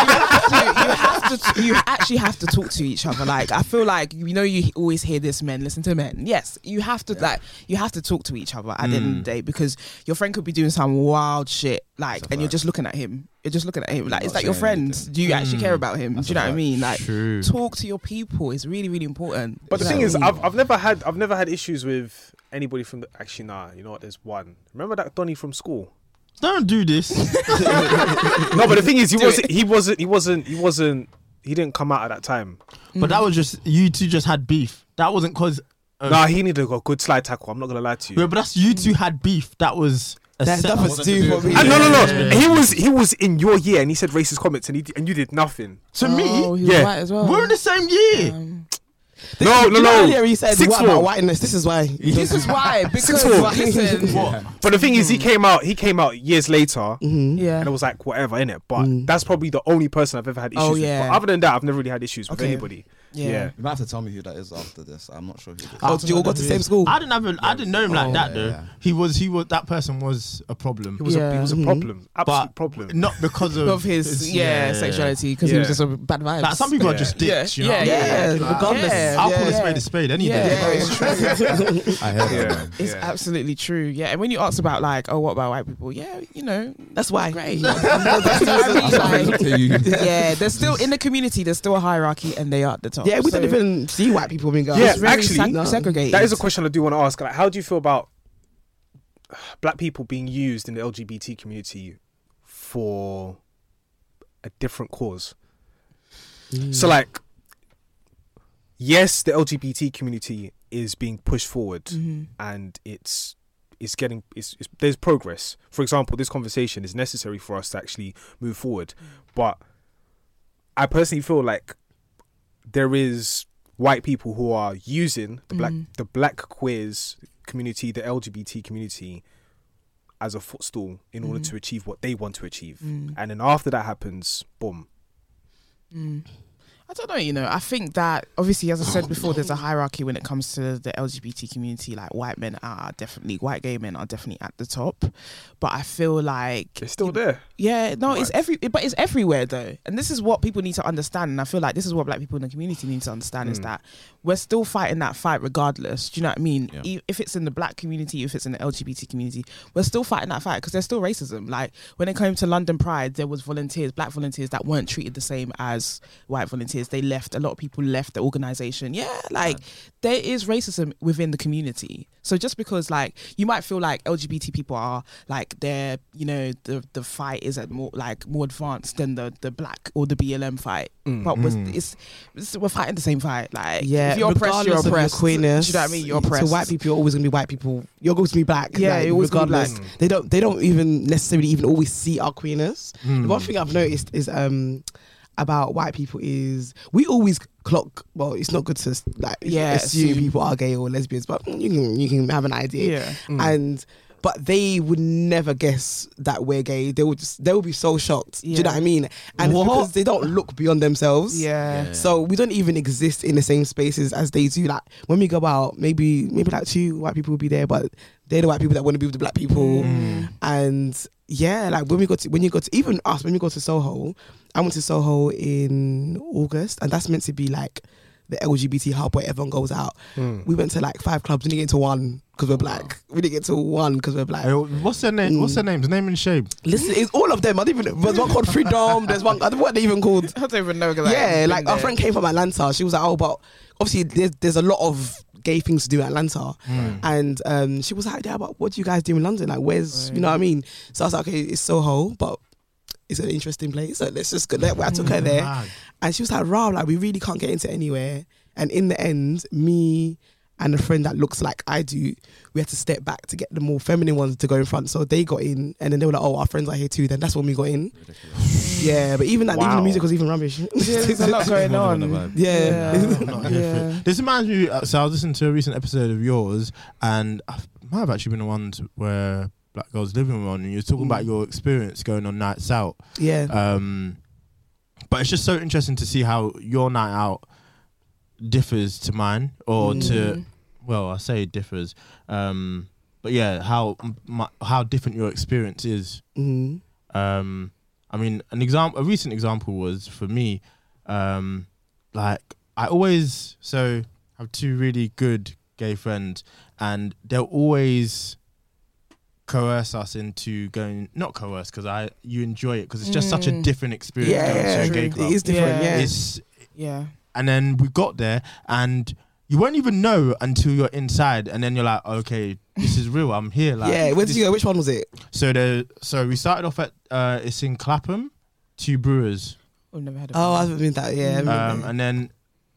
Speaker 6: you, have to, you have to. You actually have to talk to each other. Like I feel like you know you always hear this: men listen to men. Yes, you have to like you have to talk to each other at the end of the day because your friend could be doing some wild shit like,
Speaker 2: That's a
Speaker 6: and you're
Speaker 2: fact.
Speaker 6: just looking at him. You're just looking at him. Like
Speaker 2: Not
Speaker 6: it's like your
Speaker 2: saying
Speaker 6: friend.
Speaker 2: anything.
Speaker 6: Do you actually care about him?
Speaker 2: That's
Speaker 6: do you
Speaker 2: a
Speaker 6: know what I
Speaker 2: fact.
Speaker 6: mean? Like
Speaker 3: True.
Speaker 6: talk to your people. It's really really important.
Speaker 5: But the thing
Speaker 6: Yeah.
Speaker 5: is, I've, I've never had I've never had issues with anybody from the actually nah. You know what? There's one. Remember that Donny from school?
Speaker 3: Don't do this.
Speaker 5: No, but the thing is, he
Speaker 6: Do
Speaker 5: wasn't. He wasn't. He wasn't. He wasn't. He didn't come out at that time.
Speaker 3: But that was just you two just had beef. That wasn't cause. Uh,
Speaker 5: Nah, he needed a good slide tackle. I'm not gonna lie to you.
Speaker 3: yeah, but that's you two had beef. That was. A
Speaker 4: That's
Speaker 3: set-
Speaker 4: that was
Speaker 2: wasn't to
Speaker 4: due
Speaker 2: do
Speaker 4: for me.
Speaker 2: with
Speaker 5: Ah, no, no,
Speaker 3: Yeah.
Speaker 5: no. He was. He was in your year, and he said racist comments, and he d- and you did nothing.
Speaker 3: to
Speaker 6: Oh,
Speaker 3: me.
Speaker 6: he was
Speaker 5: yeah.
Speaker 6: white as well.
Speaker 3: We're in the same year.
Speaker 6: Um,
Speaker 5: No, no,
Speaker 4: You know
Speaker 5: no.
Speaker 4: Earlier he said,
Speaker 5: Sixth
Speaker 4: "What about
Speaker 5: form.
Speaker 4: whiteness?" This is why.
Speaker 6: this is why because
Speaker 5: form.
Speaker 6: listen,
Speaker 5: But the thing is, he
Speaker 6: Mm-hmm.
Speaker 5: came out. He came out years later,
Speaker 6: yeah.
Speaker 5: and it was like whatever in it. But that's probably the only person I've ever had issues
Speaker 6: Mm. Oh,
Speaker 5: with.
Speaker 6: yeah.
Speaker 5: But other than that, I've never really had issues with
Speaker 6: Okay.
Speaker 5: anybody.
Speaker 6: Yeah.
Speaker 5: Yeah.
Speaker 2: You might have to tell me who that is after this. I'm not sure who. It is.
Speaker 4: Oh, you all go to the same school.
Speaker 6: Ah,
Speaker 3: I didn't have. A, I didn't know him like
Speaker 4: Oh,
Speaker 3: that
Speaker 2: yeah,
Speaker 3: though.
Speaker 2: yeah.
Speaker 3: He was. He was. That person was a problem.
Speaker 5: It was a,
Speaker 6: Yeah.
Speaker 5: it was a
Speaker 4: Mhm.
Speaker 5: problem, absolute
Speaker 3: But-
Speaker 5: problem.
Speaker 3: Not because of,
Speaker 6: of his yeah, sexuality because he was
Speaker 5: Yeah.
Speaker 6: just a bad vibes.
Speaker 3: Like some people are
Speaker 5: Yeah.
Speaker 3: just dicks.
Speaker 6: Yeah,
Speaker 3: You know what I mean?
Speaker 4: yeah,
Speaker 3: Like,
Speaker 4: regardless.
Speaker 6: Yeah.
Speaker 3: I'll call a
Speaker 6: Yeah.
Speaker 3: spade a spade any
Speaker 6: yeah,
Speaker 3: day.
Speaker 6: yeah, it's true.
Speaker 2: I heard
Speaker 5: Yeah.
Speaker 2: that. man.
Speaker 6: It's
Speaker 5: Yeah.
Speaker 6: absolutely true. Yeah, and when you ask about like, oh, what about white people? Yeah, you know,
Speaker 4: That's why.
Speaker 6: great.
Speaker 2: That's why I
Speaker 6: yeah,
Speaker 2: looked at you.
Speaker 6: they're still in the community. There's still a hierarchy, and they are at the top.
Speaker 4: Yeah, we
Speaker 6: So
Speaker 4: don't even see white people being girls.
Speaker 5: Yeah,
Speaker 6: it's really
Speaker 5: actually,
Speaker 6: seg-
Speaker 4: no.
Speaker 6: segregated.
Speaker 5: That is a question I do want to ask. Like, how do you feel about black people being used in the LGBT community for a different cause? So, like, yes, the LGBT community is being pushed forward, and it's it's getting it's, it's there's progress. For example, this conversation is necessary for us to actually move forward, but I personally feel like there is white people who are using the
Speaker 4: Mm.
Speaker 5: black the black queers community, the LGBT community as a footstool in order
Speaker 4: Mm.
Speaker 5: to achieve what they want to achieve. And then after that happens, boom.
Speaker 6: I don't know, you know. I think that obviously, as I
Speaker 4: Oh,
Speaker 6: said before, there's a hierarchy when it comes to the LGBT community. Like white men are definitely white gay men are definitely at the top, but I feel like
Speaker 5: It's still there.
Speaker 6: Yeah, no, it's every, but it's everywhere though, and this is what people need to understand. And I feel like this is what black people in the community need to understand is that we're still fighting that fight regardless. Do you know what I mean?
Speaker 3: Yeah.
Speaker 6: E- If it's in the black community, if it's in the LGBT community, we're still fighting that fight because there's still racism. Like when it came to London Pride, there was volunteers, black volunteers that weren't treated the same as white volunteers. They left. A lot of people left the organization. Yeah, like there is racism within the community. So just because like you might feel like LGBT people are like they're you know the the fight is at more like more advanced than the the black or the BLM fight,
Speaker 2: Mm,
Speaker 6: but we're, it's, it's we're fighting the same fight. Like
Speaker 4: Yeah,
Speaker 6: if you're oppressed, you're
Speaker 4: regardless of
Speaker 6: oppressed.
Speaker 4: Your queerness,
Speaker 6: Do you know what I mean? You're oppressed.
Speaker 4: To white people, you're always gonna be white people. You're always gonna be black.
Speaker 6: Yeah,
Speaker 4: like,
Speaker 6: you're always gonna be
Speaker 4: regardless. They don't. They don't even necessarily even always see our queerness. The one thing I've noticed is um about white people is we always clock. Well, it's not good to like
Speaker 6: Yeah,
Speaker 4: assume
Speaker 6: assume.
Speaker 4: people are gay or lesbians, but you can you can have an idea.
Speaker 6: Yeah.
Speaker 4: and. But they would never guess that we're gay. They would just, they would be so shocked. Do you know
Speaker 6: Yeah.
Speaker 4: what I mean? And it's
Speaker 6: What?
Speaker 4: because they don't look beyond themselves.
Speaker 6: Yeah.
Speaker 2: Yeah.
Speaker 4: So we don't even exist in the same spaces as they do. Like when we go out, maybe maybe like two white people will be there, but they're the white people that want to be with the black people. And yeah, like when we got to when you go to even us when we go to Soho, I went to Soho in August, and that's meant to be like the LGBT hub where everyone goes out. We went to like five clubs, we didn't get to one because we're black. We didn't get to one because we're black.
Speaker 3: Hey, what's their name? What's their
Speaker 6: Mm.
Speaker 3: names? Name and shame.
Speaker 4: Listen, it's all of them. I don't even. There's one called Freedom. There's one. I don't, what are they even called?
Speaker 6: I don't even know. 'cause I
Speaker 4: yeah,
Speaker 6: haven't
Speaker 4: like
Speaker 6: been
Speaker 4: our
Speaker 6: there.
Speaker 4: friend came from Atlanta. She was like, "Oh, but obviously there's, there's a lot of gay things to do in Atlanta," and um, she was like, "Yeah, but what do you guys do in London? Like, where's you know what I mean?" So I was like, "Okay, it's Soho, but it's an interesting place. So let's just go there." I took her there,
Speaker 3: Mm. Mad.
Speaker 4: and she was like, "Wow, like we really can't get into anywhere." And in the end, me and a friend that looks like I do, we had to step back to get the more feminine ones to go in front. So they got in, and then they were like, "Oh, our friends are here too." Then that's when we got in. Yeah, but even that, even the
Speaker 5: Wow.
Speaker 4: music was even rubbish.
Speaker 6: Yeah, there's a lot going on.
Speaker 4: Yeah.
Speaker 3: I'm not here for
Speaker 6: Yeah.
Speaker 3: it. This reminds me. uh, So I was listening to a recent episode of yours, and I might have actually been the ones where black girls living on, and you're talking
Speaker 6: Mm.
Speaker 3: about your experience going on nights out.
Speaker 4: yeah.
Speaker 3: Um, but it's just so interesting to see how your night out differs to mine, or
Speaker 6: Mm.
Speaker 3: to well, I say differs. Um, but yeah, how m- my, how different your experience is
Speaker 4: Mhm.
Speaker 3: um i mean an example a recent example was for me um like i always so have two really good gay friends and they'll always coerce us into going not coerce because i you enjoy it because it's just such a
Speaker 6: Mm.
Speaker 3: different experience
Speaker 4: Yeah,
Speaker 3: going to a
Speaker 6: true.
Speaker 3: gay
Speaker 4: it
Speaker 3: club
Speaker 4: is different.
Speaker 6: Yeah.
Speaker 4: Yeah,
Speaker 3: it's
Speaker 6: Yeah.
Speaker 3: and then we got there and you won't even know until you're inside and then you're like okay this is real i'm here like
Speaker 4: yeah. Where did
Speaker 3: this-
Speaker 4: you go? Which one was it?
Speaker 3: so the so we started off at uh, it's in Clapham, two brewers,
Speaker 6: I've never had.
Speaker 4: Oh, I haven't been that. Yeah. I remember.
Speaker 3: um, and then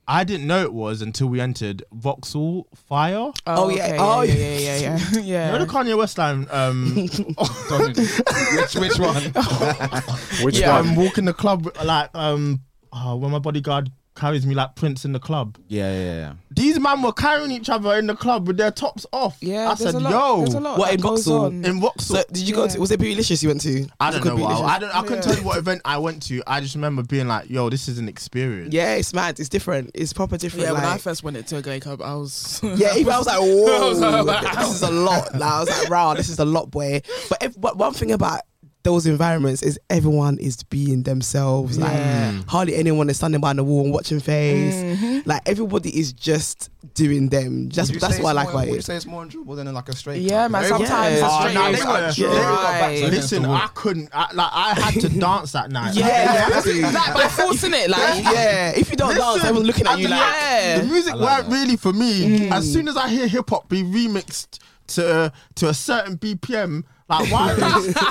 Speaker 3: I didn't know it was until we entered Vauxhall Fire.
Speaker 4: Oh, yeah.
Speaker 6: okay,
Speaker 4: Oh,
Speaker 6: yeah,
Speaker 4: yeah.
Speaker 6: yeah, yeah, yeah, yeah.
Speaker 3: You know the Kanye West line. Um,
Speaker 2: which which one?
Speaker 5: Which
Speaker 3: yeah,
Speaker 5: one?
Speaker 3: I'm um, walking the club like um, oh, when my bodyguard carries me like Prince in the club.
Speaker 2: Yeah, yeah, yeah.
Speaker 3: These men were carrying each other in the club with their tops off.
Speaker 6: Yeah,
Speaker 3: I
Speaker 6: there's
Speaker 3: said,
Speaker 6: a lot, There's a
Speaker 3: yo.
Speaker 6: lot
Speaker 4: What,
Speaker 6: that
Speaker 4: in
Speaker 6: goes
Speaker 4: Vauxhall?
Speaker 6: on.
Speaker 3: In Vauxhall,
Speaker 4: So did you go
Speaker 6: Yeah.
Speaker 4: to? Was it Bootylicious you went to?
Speaker 3: I don't
Speaker 4: Could
Speaker 3: know.
Speaker 4: be
Speaker 3: What,
Speaker 4: Bootylicious.
Speaker 3: I don't. I couldn't
Speaker 6: Yeah.
Speaker 3: tell you what event I went to. I just remember being like, "Yo, this is an experience."
Speaker 4: Yeah, it's mad. It's different. It's proper different.
Speaker 6: Yeah, when I
Speaker 4: like-
Speaker 6: first went into a gay club, I was
Speaker 4: Yeah, even I was like, whoa,
Speaker 6: was like, wow.
Speaker 4: this is a lot. Like, I was like, wow, this is a lot, boy. But, if, but one thing about those environments is everyone is being themselves. Like hardly anyone is standing behind the wall and watching face. Like everybody is just doing them. That's
Speaker 2: Would you
Speaker 4: that's
Speaker 2: say
Speaker 4: what I
Speaker 2: it's
Speaker 4: like
Speaker 2: more,
Speaker 4: about
Speaker 2: Would you
Speaker 4: it.
Speaker 2: say it's more enjoyable than like a straight?
Speaker 6: Yeah,
Speaker 2: club?
Speaker 6: man.
Speaker 2: Very-
Speaker 4: Yeah.
Speaker 6: Sometimes
Speaker 4: Oh,
Speaker 6: the straight
Speaker 3: nah,
Speaker 6: guys
Speaker 3: they
Speaker 6: are
Speaker 3: were-
Speaker 6: dry.
Speaker 2: they were back to-
Speaker 3: Listen, I couldn't. I, like, I had to dance that night.
Speaker 4: Yeah,
Speaker 6: like by forcing it, like
Speaker 4: yeah. If you don't dance,
Speaker 3: Listen,
Speaker 4: everyone's looking at
Speaker 3: I'm
Speaker 4: you like.
Speaker 3: like- the
Speaker 6: yeah.
Speaker 3: music
Speaker 2: I
Speaker 3: weren't
Speaker 2: like that.
Speaker 3: really for
Speaker 6: Mm.
Speaker 3: me. As soon as I hear hip hop be remixed to to a certain BPM, like why?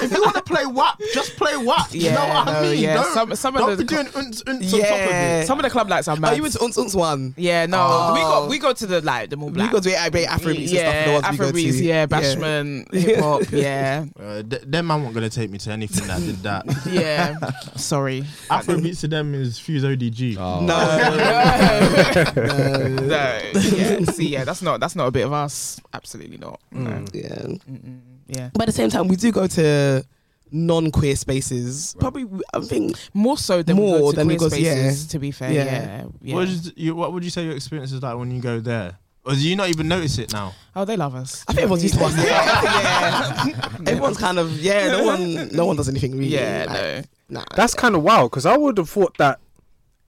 Speaker 3: if you want to play WAP, just play WAP. you know
Speaker 6: Yeah,
Speaker 3: what
Speaker 6: no,
Speaker 3: I mean?
Speaker 6: yeah,
Speaker 3: Don't,
Speaker 6: some- some of
Speaker 3: don't
Speaker 6: the
Speaker 3: be
Speaker 6: co-
Speaker 3: doing unts, unts on top of
Speaker 4: Yeah.
Speaker 3: it.
Speaker 6: Some of the club lights are
Speaker 4: Oh,
Speaker 6: mad.
Speaker 4: you went to Unts Unts one.
Speaker 6: yeah, no,
Speaker 4: Oh.
Speaker 6: we got we go to the like the more
Speaker 4: We
Speaker 6: black.
Speaker 4: go to it, I bet Afrobeats
Speaker 6: yeah,
Speaker 4: and stuff. for the ones we go
Speaker 6: Afrobeats,
Speaker 4: to.
Speaker 6: yeah, Bashment, hip hop, yeah,
Speaker 3: Uh, th- them man weren't gonna take me to anything that did that.
Speaker 6: yeah. Sorry,
Speaker 3: Afrobeats to them is Fuse ODG.
Speaker 2: Oh.
Speaker 4: No,
Speaker 6: no, yeah. See, yeah, that's not that's not a bit of us. Absolutely not.
Speaker 5: Mm.
Speaker 6: No.
Speaker 4: yeah.
Speaker 6: Mm-mm. Yeah,
Speaker 4: But at the same time, we do go to non-queer spaces. Probably, I think
Speaker 6: more so than
Speaker 4: More
Speaker 6: we go to
Speaker 4: than
Speaker 6: queer
Speaker 4: because-
Speaker 6: spaces. To be fair,
Speaker 4: Yeah.
Speaker 6: yeah, yeah.
Speaker 3: What, is, you, what would you say your experience is like when you go there? Or do you not even notice it now?
Speaker 6: Oh, they love us.
Speaker 4: I think everyone's used to us.
Speaker 6: yeah.
Speaker 4: Everyone's kind of yeah. No one, no one does anything really.
Speaker 6: Yeah,
Speaker 4: like, Nah,
Speaker 5: That's kind of wild because I would have thought that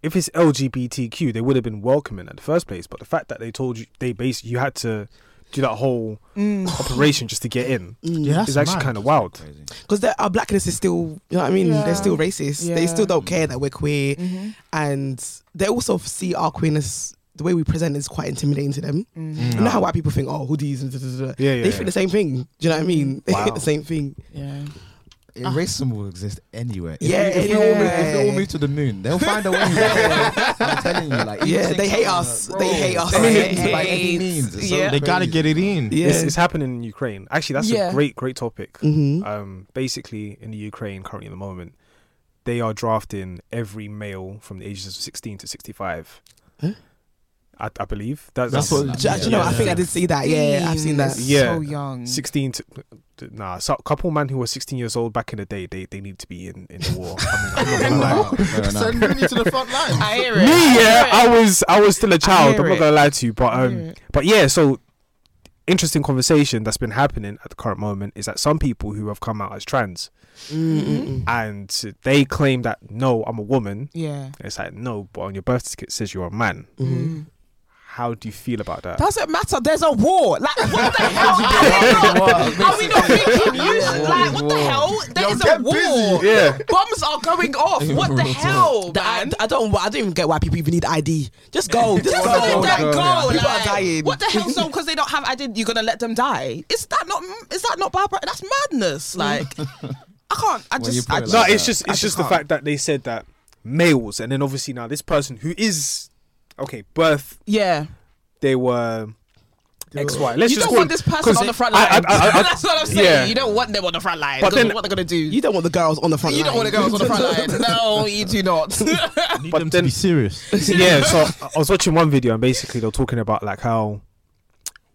Speaker 5: if it's LGBTQ, they would have been welcoming at the first place. But the fact that they told you they basically you had to do that whole
Speaker 4: Mm.
Speaker 5: operation just to get in
Speaker 3: Yeah,
Speaker 5: is actually kind of wild.
Speaker 2: Crazy.
Speaker 4: because Mm. our blackness is still, you know what I mean?
Speaker 6: Yeah.
Speaker 4: They're still racist.
Speaker 6: Yeah.
Speaker 4: They still don't care that we're queer, and they also see our queerness. The way we present is quite intimidating to them. You know how white people think, "Oh, hoodies," and da, da, da, da.
Speaker 5: Yeah, yeah,
Speaker 4: they
Speaker 5: yeah.
Speaker 4: think the same thing. Do you know what I mean? They
Speaker 2: Wow.
Speaker 4: think the same thing.
Speaker 6: Yeah.
Speaker 2: Yeah, racism will exist anywhere. If
Speaker 4: Yeah,
Speaker 2: we, if, We all move, if
Speaker 4: anywhere.
Speaker 2: we all move to the moon, they'll find a way. I'm telling you, like,
Speaker 4: Yeah,
Speaker 2: even
Speaker 4: they hate
Speaker 2: China,
Speaker 4: us.
Speaker 2: bro,
Speaker 4: They hate us.
Speaker 2: They
Speaker 4: They
Speaker 2: hate us by
Speaker 6: hate-
Speaker 2: any means. It's so
Speaker 6: Yeah.
Speaker 3: They gotta
Speaker 2: crazy.
Speaker 3: get it in.
Speaker 4: Yeah,
Speaker 5: It's, it's happening in Ukraine. Actually, that's
Speaker 6: Yeah.
Speaker 5: a great, great topic.
Speaker 4: Mhm.
Speaker 5: Um, basically, in the Ukraine currently at the moment, they are drafting every male from the ages of 16 to 65.
Speaker 4: Huh?
Speaker 5: I, I believe that,
Speaker 3: That's
Speaker 5: that's,
Speaker 3: what-
Speaker 6: Uh,
Speaker 4: Do you- do you know, I think I did see that. Yeah, I've seen that.
Speaker 6: Dean,
Speaker 5: Yeah.
Speaker 6: So young.
Speaker 5: 16 to nah. So a couple men who were 16 years old back in the day, they, they need to be in in the war. I mean, I'm not gonna lie.
Speaker 2: Wow, fair enough.
Speaker 3: Send Rooney to the front line.
Speaker 6: I hear it.
Speaker 5: Me, yeah, I was I was still a child.
Speaker 6: hear
Speaker 5: I'm not
Speaker 6: it.
Speaker 5: gonna lie to you, but
Speaker 6: I
Speaker 5: um,
Speaker 6: hear it.
Speaker 5: But yeah, so interesting conversation that's been happening at the current moment is that some people who have come out as trans
Speaker 6: Mm-hmm.
Speaker 5: and they claim that no, I'm a woman.
Speaker 6: yeah.
Speaker 5: It's like no, but on your birth certificate it says you're a man.
Speaker 6: Mm.
Speaker 5: How do you feel about that?
Speaker 4: Doesn't matter. There's a war. Like what the hell?
Speaker 6: Are we not thinking you should, like, what the hell? There is a war.
Speaker 5: yeah,
Speaker 6: Bombs are going off. What the hell,
Speaker 4: The- I,
Speaker 6: man?
Speaker 4: I don't. I don't even get why people even need ID. Just go. Just
Speaker 6: Just
Speaker 4: go.
Speaker 6: let
Speaker 4: Like,
Speaker 6: them go.
Speaker 4: People
Speaker 6: Oh, like,
Speaker 4: are dying.
Speaker 6: What the hell? So because they don't have identity, you're gonna let them die? Is that not? Is that not Barbara? That's madness. Like, I can't. I
Speaker 2: Well, you
Speaker 6: just.
Speaker 2: put
Speaker 6: I
Speaker 2: it
Speaker 6: just
Speaker 5: no,
Speaker 2: like
Speaker 5: it's
Speaker 2: that.
Speaker 5: just it's just the
Speaker 6: can't.
Speaker 5: fact that they said that males, and then obviously now this person who is okay, birth
Speaker 6: yeah.
Speaker 5: they were X Y. Let's
Speaker 6: you
Speaker 5: just
Speaker 6: don't
Speaker 5: call
Speaker 6: want
Speaker 5: them-
Speaker 6: this person
Speaker 5: 'cause
Speaker 6: on the front
Speaker 5: I-
Speaker 6: line.
Speaker 5: I- I- I-
Speaker 6: That's what I'm saying.
Speaker 5: yeah.
Speaker 6: You don't want them on the front line.
Speaker 5: But
Speaker 6: Because
Speaker 5: then-
Speaker 6: of what they're gonna do?
Speaker 4: You
Speaker 6: You,
Speaker 4: don't want the girls on the front line.
Speaker 6: don't want the girls on the front line. No, you do not.
Speaker 3: Need
Speaker 5: But
Speaker 3: them
Speaker 5: then-
Speaker 3: to be serious.
Speaker 5: yeah, so I was watching one video and basically they were talking about like how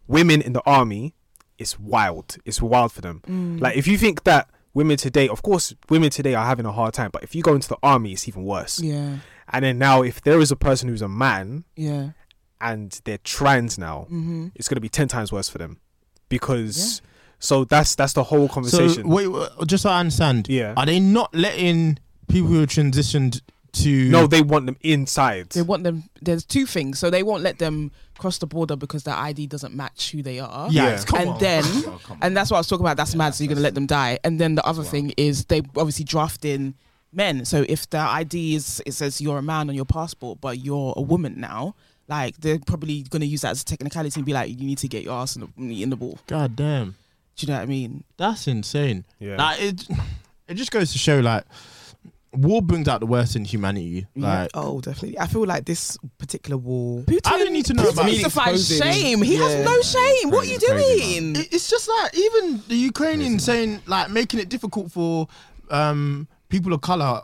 Speaker 5: women in the army it's wild. It's wild for them.
Speaker 6: Mm.
Speaker 5: Like if you think that women today, of course, women today are having a hard time, but if you go into the army, it's even worse.
Speaker 6: yeah.
Speaker 5: And then now, if there is a person who's a man
Speaker 6: Yeah.
Speaker 5: and they're trans now,
Speaker 6: Mm-hmm.
Speaker 5: it's going to be ten times worse for them because. So that's that's the whole
Speaker 3: So
Speaker 5: conversation.
Speaker 3: wait, wait, just so I understand.
Speaker 5: Yeah.
Speaker 3: Are they not letting people who are transitioned to?
Speaker 5: no, they want them inside.
Speaker 6: They want them. There's two things. So they won't let them cross the border because their ID doesn't match who they are.
Speaker 3: yeah.
Speaker 5: Yeah.
Speaker 3: Come
Speaker 6: and
Speaker 3: on.
Speaker 6: then
Speaker 2: Oh, come
Speaker 6: and that's what I was talking about. That's mad. So you're gonna let them die. And then the other
Speaker 2: Wow.
Speaker 6: thing is they obviously draft in men. So if their ID is it says you're a man on your passport, but you're a woman now, like they're probably gonna use that as a technicality and be like, you need to get your ass in the in the ball.
Speaker 3: God damn,
Speaker 6: Do you know what I mean?
Speaker 3: that's insane.
Speaker 5: yeah.
Speaker 3: Like it, it just goes to show like war brings out the worst in humanity.
Speaker 4: Yeah.
Speaker 3: Like
Speaker 4: Oh, definitely. I feel like this particular war.
Speaker 3: I didn't need to know
Speaker 6: Putin
Speaker 3: about it.
Speaker 6: justifies
Speaker 4: Exposing-
Speaker 6: shame. He
Speaker 4: Yeah.
Speaker 6: has no shame. What are you
Speaker 2: Crazy, crazy,
Speaker 6: doing?
Speaker 3: It- it's just like even the Ukrainians saying like making it difficult for um people of color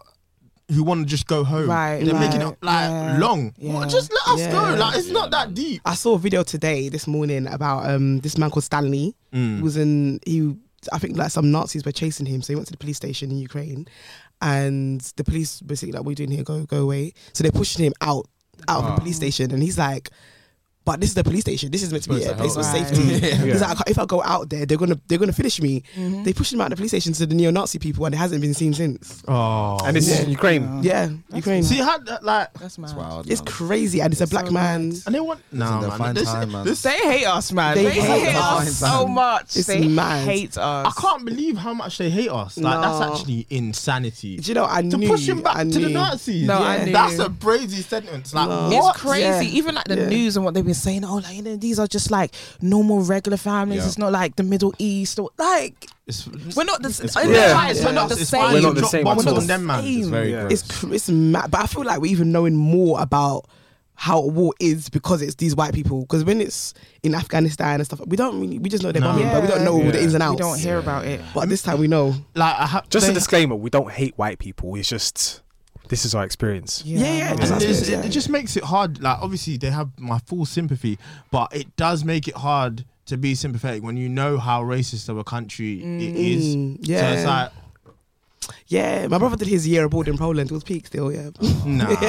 Speaker 3: who want to just go home.
Speaker 6: Right,
Speaker 3: They're making
Speaker 6: right,
Speaker 3: it like
Speaker 6: yeah,
Speaker 3: long.
Speaker 6: yeah.
Speaker 3: Well, just let us
Speaker 4: Yeah.
Speaker 3: go. Like it's not that deep.
Speaker 4: I saw a video today, this morning, about um this man called Stanley. He was in he I think like some Nazis were chasing him, so he went to the police station in Ukraine, and the police basically like, "What are you doing here? Go go away!" So they're pushing him out out of the police station, and he's like. But this is the police station. This is meant to be
Speaker 2: Supposed
Speaker 4: a
Speaker 2: to
Speaker 4: place for
Speaker 2: help.
Speaker 6: Right.
Speaker 4: safety.
Speaker 5: Yeah.
Speaker 4: He's like, if I go out there, they're gonna they're gonna finish me.
Speaker 6: Mm-hmm.
Speaker 4: They pushed him out of the police station to the neo-Nazi people, and it hasn't been seen since.
Speaker 3: Oh.
Speaker 5: and this is in Ukraine.
Speaker 4: Yeah, Ukraine.
Speaker 3: See how that, like
Speaker 6: That's mad.
Speaker 2: It's wild.
Speaker 4: It's
Speaker 2: man.
Speaker 4: crazy, and it's, a
Speaker 6: It's
Speaker 4: black
Speaker 6: so
Speaker 4: man.
Speaker 6: mad.
Speaker 3: and they want
Speaker 2: in their
Speaker 3: no man.
Speaker 2: fine
Speaker 3: This,
Speaker 2: time, man.
Speaker 3: this-
Speaker 6: They hate us, man.
Speaker 4: They
Speaker 6: They,
Speaker 4: hate
Speaker 6: hate, us,
Speaker 2: us.
Speaker 6: so much.
Speaker 4: It's
Speaker 6: they
Speaker 4: mad.
Speaker 6: hate us.
Speaker 3: I can't believe how much they hate us. Like
Speaker 4: No.
Speaker 3: that's actually insanity.
Speaker 4: Do you know? I
Speaker 3: to
Speaker 4: knew,
Speaker 3: push him back
Speaker 4: I
Speaker 3: to the
Speaker 4: knew.
Speaker 3: Nazis.
Speaker 6: No, I knew.
Speaker 3: That's a crazy sentence. Like
Speaker 4: No.
Speaker 3: what?
Speaker 6: It's crazy.
Speaker 4: Yeah.
Speaker 6: Even like the
Speaker 4: Yeah.
Speaker 6: news and what they've been saying. Oh, like you know, these are just like normal, regular families.
Speaker 2: Yeah.
Speaker 6: It's not like the Middle East or like
Speaker 3: It's,
Speaker 6: we're not the same.
Speaker 5: Yeah.
Speaker 6: We're not the
Speaker 3: It's
Speaker 6: same.
Speaker 3: fine.
Speaker 5: We're not the
Speaker 3: Drop
Speaker 5: same
Speaker 3: bombs
Speaker 5: at all.
Speaker 3: on them, man.
Speaker 6: Same.
Speaker 2: It's very
Speaker 5: Yeah.
Speaker 2: gross.
Speaker 4: It's cr- it's mad, but I feel like we're even knowing more about how a war is because it's these white people. Because when it's in Afghanistan and stuff, we don't really, we just know they're
Speaker 3: No.
Speaker 4: bombing, but we don't know all
Speaker 5: Yeah.
Speaker 4: the ins and
Speaker 6: We
Speaker 4: outs.
Speaker 6: don't hear about it.
Speaker 4: But this time we know.
Speaker 3: Like I have
Speaker 5: Just a
Speaker 3: they-
Speaker 5: disclaimer: we don't hate white people. It's just this is our experience.
Speaker 4: Yeah, yeah,
Speaker 6: man.
Speaker 4: That's
Speaker 3: And
Speaker 4: what I
Speaker 3: it's-
Speaker 4: said,
Speaker 3: it,
Speaker 4: yeah.
Speaker 3: it just makes it hard. Like obviously they have my full sympathy, but it does make it hard to be sympathetic when you know how racist of a country it is.
Speaker 4: Mm,
Speaker 3: So it's
Speaker 4: yeah,
Speaker 3: like
Speaker 4: yeah. My brother did his year abroad in Poland. It was peak still. Yeah,
Speaker 3: nah.
Speaker 2: Where's-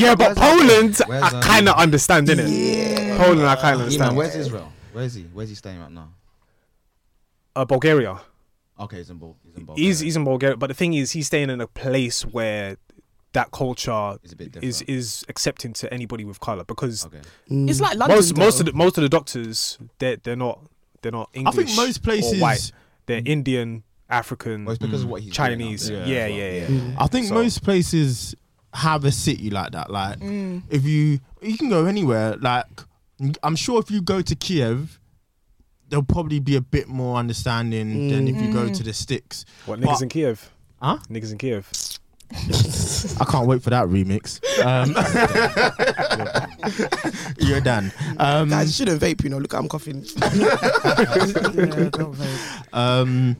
Speaker 5: yeah, but
Speaker 2: where's-
Speaker 5: Poland,
Speaker 2: where's,
Speaker 5: I
Speaker 2: um,
Speaker 5: kind of understand, innit?
Speaker 4: yeah. Yeah.
Speaker 5: Poland, I can't
Speaker 2: Iman,
Speaker 5: understand.
Speaker 2: where's Israel? Where's he? Where's he staying right now?
Speaker 5: uh, Bulgaria.
Speaker 2: Okay, he's in Bul- he's in Bulgaria.
Speaker 5: He's, he's in Bulgaria, but the thing is, he's staying in a place where that culture
Speaker 2: It's a bit different.
Speaker 5: is is accepting to anybody with color because
Speaker 2: okay.
Speaker 4: Mm.
Speaker 6: It's like London.
Speaker 5: most most of
Speaker 6: though.
Speaker 5: the most of the doctors they're they're not they're not
Speaker 3: I
Speaker 5: English.
Speaker 3: think most
Speaker 5: or
Speaker 3: places.
Speaker 5: white. They're Indian, African.
Speaker 2: Well, it's because of what he's doing out
Speaker 5: Chinese.
Speaker 2: there as
Speaker 5: Yeah,
Speaker 2: well.
Speaker 5: yeah, yeah.
Speaker 3: I think
Speaker 5: So-
Speaker 3: most places have a city like that. Like
Speaker 6: Mm.
Speaker 3: if you you can go anywhere. Like I'm sure if you go to Kiev, there'll probably be a bit more understanding than if you go
Speaker 6: Mm.
Speaker 3: to the sticks.
Speaker 5: What niggas
Speaker 3: But-
Speaker 5: in Kiev?
Speaker 3: Huh?
Speaker 5: Niggas in Kiev.
Speaker 3: I can't wait for that remix. Um, you're done. Um,
Speaker 4: Guys, you shouldn't vape, you know. Look, I'm coughing.
Speaker 6: yeah, don't vape.
Speaker 3: Um,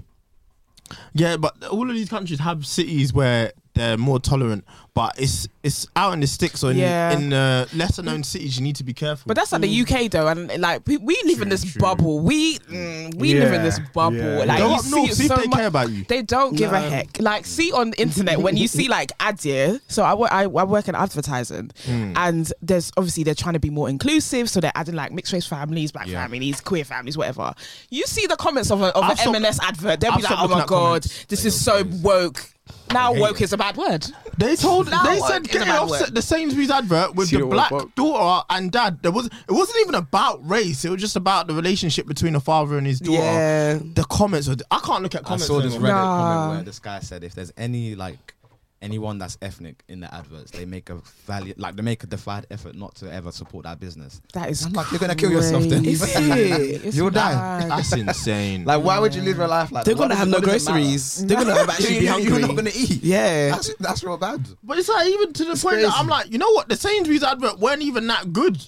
Speaker 3: yeah, but all of these countries have cities where they're more tolerant, but it's it's out in the sticks or in,
Speaker 6: Yeah.
Speaker 3: in uh, lesser known cities. You need to be careful.
Speaker 6: But that's like the UK though, and like we, we live in this
Speaker 3: true.
Speaker 6: bubble. We mm, we live in this
Speaker 5: Yeah,
Speaker 6: bubble.
Speaker 5: yeah.
Speaker 6: Like
Speaker 3: go
Speaker 6: you
Speaker 3: up
Speaker 6: see
Speaker 3: north,
Speaker 6: it
Speaker 3: see if
Speaker 6: so
Speaker 3: they
Speaker 6: much.
Speaker 3: care about you.
Speaker 6: They don't give a
Speaker 4: No.
Speaker 6: heck. Like, see on the internet when you see like ads here. So I, wo- I, I work in advertising,
Speaker 3: Hmm.
Speaker 6: and there's obviously they're trying to be more inclusive, so they're adding like mixed race families, black
Speaker 2: Yeah.
Speaker 6: families, queer families, whatever. You see the comments of a of
Speaker 3: I've
Speaker 6: an
Speaker 3: stopped-
Speaker 6: M&S advert, they'll
Speaker 3: I've
Speaker 6: be like,
Speaker 3: stopped
Speaker 6: "Oh
Speaker 3: looking
Speaker 6: my
Speaker 3: at
Speaker 6: god,
Speaker 3: comments.
Speaker 6: this is so woke." Now woke is a bad word.
Speaker 3: They told
Speaker 6: Now
Speaker 3: they
Speaker 6: what?
Speaker 3: said
Speaker 6: It's a
Speaker 3: get
Speaker 6: bad
Speaker 3: offset
Speaker 6: word.
Speaker 3: the Sainsbury's advert with
Speaker 5: See
Speaker 3: the
Speaker 5: the
Speaker 3: black
Speaker 5: word, fuck.
Speaker 3: daughter and dad. There was it wasn't even about race. It was just about the relationship between the father and his daughter.
Speaker 4: yeah.
Speaker 3: The comments were. I can't look at
Speaker 2: I
Speaker 3: comments.
Speaker 2: saw this Reddit
Speaker 3: anymore.
Speaker 6: Nah.
Speaker 2: comment where this guy said if there's any like anyone that's ethnic in the adverts, they make a value like they make a defied effort not to ever support that business.
Speaker 6: That is
Speaker 2: I'm like, you're gonna kill yourself then.
Speaker 6: crazy. It's
Speaker 2: You'll die.
Speaker 6: bad.
Speaker 3: That's insane.
Speaker 2: Like, why would you live your life like
Speaker 4: They're
Speaker 2: that? Why
Speaker 4: gonna
Speaker 2: does-
Speaker 4: have no
Speaker 2: what does it matter?
Speaker 4: groceries. They're gonna have actually be
Speaker 2: You-
Speaker 4: hungry.
Speaker 2: You're not gonna eat.
Speaker 4: yeah.
Speaker 2: That's that's real bad.
Speaker 3: But it's like even to the point that I'm like, you know what? The Sainsbury's advert weren't even that good.